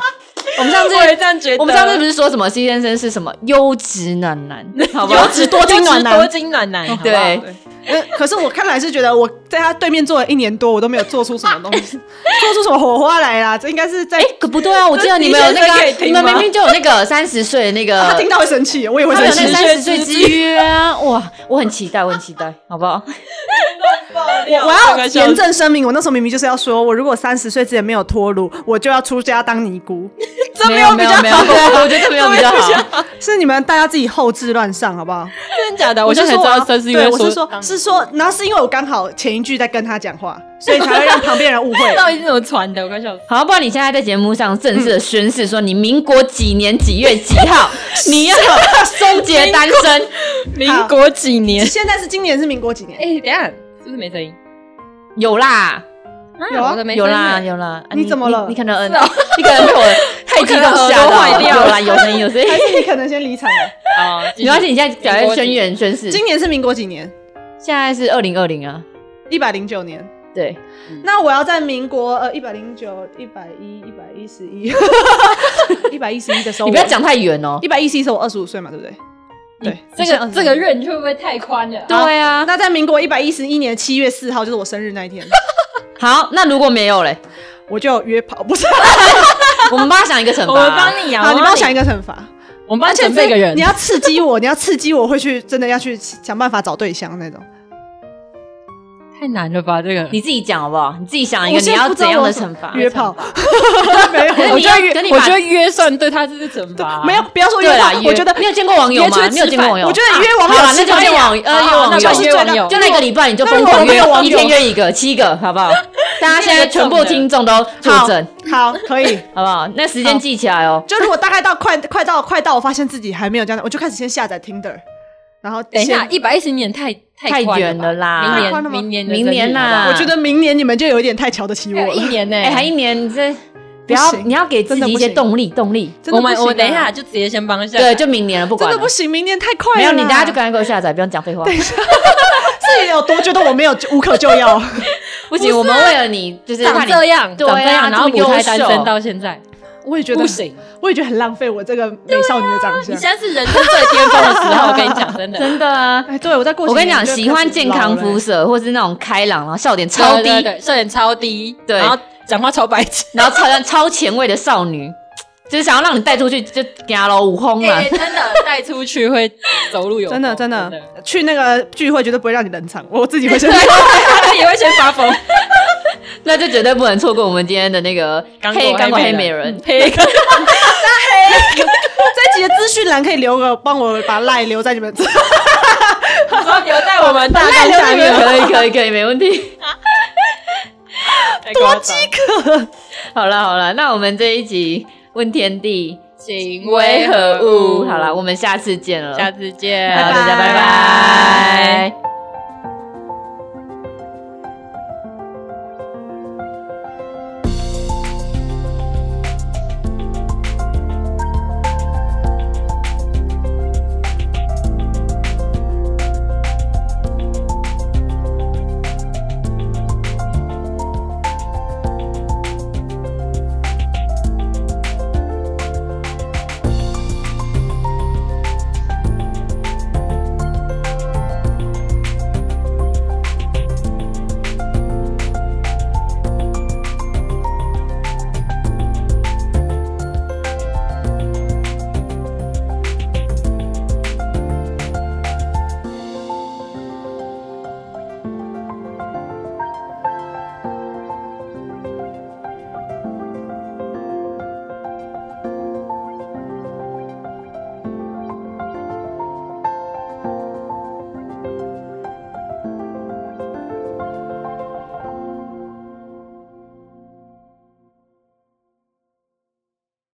Speaker 2: 我们上次
Speaker 1: 我也这样觉得。
Speaker 2: 我们上次不是说什么 C 先生是什么优质暖男，好不好
Speaker 1: 优？质多金暖男，多金暖男，好不好
Speaker 2: 对，
Speaker 3: 呃可是我看来是觉得我在他对面坐了一年多，我都没有做出什么东西， 做出什么火花来啦。这应该是在、
Speaker 2: 哎，可不对啊！我记得你们有那个啊，你们明明就有那个三十岁的那个，
Speaker 3: 他听到会生气，我也会
Speaker 2: 他们
Speaker 3: 生
Speaker 2: 有
Speaker 3: 气
Speaker 2: 那。三十岁之约啊！哇，我很期待，我很期待，好不好？
Speaker 3: 我我要严正声明，我那时候明明就是要说，我如果三十岁之前没有脱乳，我就要出家当尼姑。
Speaker 2: 这没有没有没有，对 我觉得这没有比较好。
Speaker 3: 是你们大家自己后置乱上，好不好？
Speaker 1: 真的假的？我
Speaker 3: 是
Speaker 1: 现在才
Speaker 3: 说
Speaker 1: 知
Speaker 3: 我
Speaker 1: 道
Speaker 3: 要，
Speaker 1: 三十一
Speaker 3: 对
Speaker 1: 月。
Speaker 3: 我是说，是说，然后是因为我刚好前一句在跟他讲话，所以才会让旁边人误 会
Speaker 1: 到底是怎么传的？我快笑死。
Speaker 2: 好，不然你现在在节目上正式的宣誓说，你民国几年几月几号，你要终结单身。
Speaker 1: 民国几年？
Speaker 3: 现在是今年是民国几年？
Speaker 1: 哎，等一下是不是没声音？
Speaker 2: 有啦，
Speaker 3: 有啊
Speaker 1: 我的没声
Speaker 2: 有
Speaker 1: 音
Speaker 2: 啦，。有啦。啊
Speaker 3: 你怎么了啊
Speaker 2: 你你可能
Speaker 1: 是哦
Speaker 2: 你 可能被我太激动吓
Speaker 1: 我可能耳
Speaker 2: 到
Speaker 1: 朵坏掉了
Speaker 2: 有啦，有声音，有声音
Speaker 3: 还。是你可能先离场了？
Speaker 1: 啊，
Speaker 2: 没关系，你现在表现宣言宣誓。
Speaker 3: 今年是民国几年？
Speaker 2: 现在是二零二零啊，
Speaker 3: 一百零九年。
Speaker 2: 对，
Speaker 1: 嗯
Speaker 3: 那我要在民国呃一百零九、一百一、一百一十一、 一百一十一的时候，
Speaker 2: 你不要讲太远哦
Speaker 3: 一。百一十一时候我二十五岁嘛，对不对？对，
Speaker 1: 这
Speaker 3: 我现在
Speaker 1: 个
Speaker 3: 25
Speaker 1: 这个润会不会太宽了？
Speaker 2: 对啊，
Speaker 3: 那在民国一百一十一年七月四号，就是我生日那一天，
Speaker 2: 好，那如果没 有嘞，
Speaker 3: 我就约炮，不是？
Speaker 2: 我们帮他想一个惩罚。
Speaker 1: 我们帮你
Speaker 3: 好，
Speaker 1: 啊，
Speaker 3: 你帮我想一，个惩罚，
Speaker 1: 我们帮
Speaker 3: 而
Speaker 1: 你
Speaker 3: 且
Speaker 1: 准备一个
Speaker 3: 是
Speaker 1: 人
Speaker 3: 你。要刺激我，你要刺激我，会去真的要去想办法找对象那种。
Speaker 1: 太难了吧？这个
Speaker 2: 你自己讲好不好？你自己想一
Speaker 3: 我
Speaker 2: 个
Speaker 3: 现
Speaker 2: 你
Speaker 3: 在
Speaker 2: 要
Speaker 3: 不知
Speaker 2: 怎
Speaker 3: 道
Speaker 2: 样
Speaker 3: 我
Speaker 2: 的
Speaker 3: 什
Speaker 2: 惩
Speaker 3: 么
Speaker 2: 罚？
Speaker 3: 约炮
Speaker 2: 惩罚
Speaker 3: 没有，
Speaker 1: 我
Speaker 2: 你
Speaker 1: 觉得
Speaker 2: 要跟你
Speaker 1: 约，
Speaker 2: 把
Speaker 1: 我觉得约算对他这是惩罚啊、
Speaker 3: 没有，不要说约
Speaker 2: 对
Speaker 3: 炮
Speaker 2: 啦，，约
Speaker 3: 我觉得
Speaker 2: 你有见过网友
Speaker 1: 约出
Speaker 2: 吗？
Speaker 1: 去
Speaker 2: 你有见过
Speaker 1: 吃
Speaker 2: 网友？啊
Speaker 3: 我觉得约网
Speaker 2: 好
Speaker 3: 友
Speaker 2: 啦
Speaker 3: 吃
Speaker 2: 那就
Speaker 3: 饭
Speaker 2: 约网
Speaker 1: 好
Speaker 2: 呃约网
Speaker 1: 那
Speaker 2: 友
Speaker 1: 就
Speaker 3: 就是
Speaker 1: 约
Speaker 3: 最
Speaker 1: 网
Speaker 3: 大
Speaker 1: 友
Speaker 2: 就。那个礼拜你就
Speaker 3: 那
Speaker 2: 疯
Speaker 3: 如
Speaker 2: 狂
Speaker 3: 果没
Speaker 2: 约
Speaker 3: 有网，
Speaker 2: 一
Speaker 3: 友
Speaker 2: 天约一个，七个，好不好？大家现在全部听众都作证，
Speaker 3: 好可以。
Speaker 2: 好不好？那时间
Speaker 3: 好
Speaker 2: 记起来哦。
Speaker 3: 就如果大概到快快到快到，我发现自己还没有这样，我就开始先下载 Tinder，然后
Speaker 1: 等一下，
Speaker 3: 先。
Speaker 1: 一百一十年太
Speaker 2: 太
Speaker 1: 宽
Speaker 2: 远
Speaker 1: 吧
Speaker 2: 了啦
Speaker 1: 明
Speaker 3: 太
Speaker 1: 年
Speaker 3: 宽了吗
Speaker 1: 明年的
Speaker 2: 明年
Speaker 1: 生日
Speaker 2: 啦
Speaker 1: 好
Speaker 3: 我觉得明年你们就有一点太瞧得起
Speaker 1: 不好
Speaker 3: 我
Speaker 1: 还有一
Speaker 3: 了。
Speaker 1: 年呢、
Speaker 2: 哎，还一年，你这不要，
Speaker 3: 行
Speaker 2: 你要给自
Speaker 3: 真的
Speaker 2: 己一
Speaker 3: 不
Speaker 2: 些
Speaker 3: 行
Speaker 2: 动力，动力。
Speaker 3: 真
Speaker 1: 我
Speaker 3: 的不
Speaker 1: 们
Speaker 3: 行啊
Speaker 1: 我等一下就直接先帮一下，
Speaker 2: 对，就明年了，不
Speaker 3: 真
Speaker 2: 管
Speaker 3: 的
Speaker 2: 了
Speaker 3: 不。行，啊明年太快了。
Speaker 2: 没有你，大家就赶快给我下载，不用讲废话。
Speaker 3: 自己有多觉得我没有无可救药。
Speaker 2: 不行，我们为了你就是怕
Speaker 1: 长
Speaker 2: 你
Speaker 1: 这样，
Speaker 2: 对
Speaker 1: 长
Speaker 2: 啊
Speaker 1: 这样，
Speaker 2: 这么
Speaker 1: 然后母胎单
Speaker 2: 优秀
Speaker 1: 身到现在，
Speaker 3: 我也觉得
Speaker 1: 不，行。
Speaker 3: 我也觉得很啊浪费我这个美少女的长
Speaker 1: 啊你
Speaker 3: 相
Speaker 1: 现。在是人生最巅峰的时候，我跟你讲， 真的。
Speaker 2: 真的啊。
Speaker 3: 哎，对我在过几
Speaker 2: 我跟你
Speaker 3: 年
Speaker 2: 讲，
Speaker 3: 就开始
Speaker 2: 喜欢健康
Speaker 3: 老了
Speaker 2: 肤色或是那种开朗，然后笑点超
Speaker 1: 超
Speaker 2: 低，
Speaker 1: 低，对，笑点超低，
Speaker 2: 对
Speaker 1: 然后讲话超白痴，
Speaker 2: 然后超超前卫的少女，就是想要让你带出去就行喽，五轰啊啦
Speaker 1: 哎，。真的 带出去会走路有
Speaker 3: 真的
Speaker 1: 风
Speaker 3: 真的，去那个聚会绝对不会让你冷场，我自己会先。
Speaker 1: 也会先发 疯。
Speaker 2: 那就绝对不能错过我们今天的那个
Speaker 1: 刚
Speaker 2: 黑
Speaker 1: 果
Speaker 2: 钢管
Speaker 1: 黑
Speaker 2: 黑
Speaker 1: 美
Speaker 2: 美
Speaker 1: 人
Speaker 2: 人。
Speaker 1: 黑 个
Speaker 3: 这一集的资讯栏可以留个，帮我把赖留在你们这。
Speaker 1: 留在我们大
Speaker 3: 纲
Speaker 1: 纲
Speaker 3: 下
Speaker 1: 下
Speaker 3: 面
Speaker 1: 面，
Speaker 2: 可以可以可以，没问题。
Speaker 1: 多饥渴。
Speaker 2: 好了好了，那我们这一集问天地
Speaker 1: 情
Speaker 2: 为
Speaker 1: 为
Speaker 2: 何
Speaker 1: 何
Speaker 2: 物？
Speaker 1: 物？
Speaker 2: 好了，，我们下次见了，
Speaker 1: 下次见，
Speaker 2: 好大家拜拜。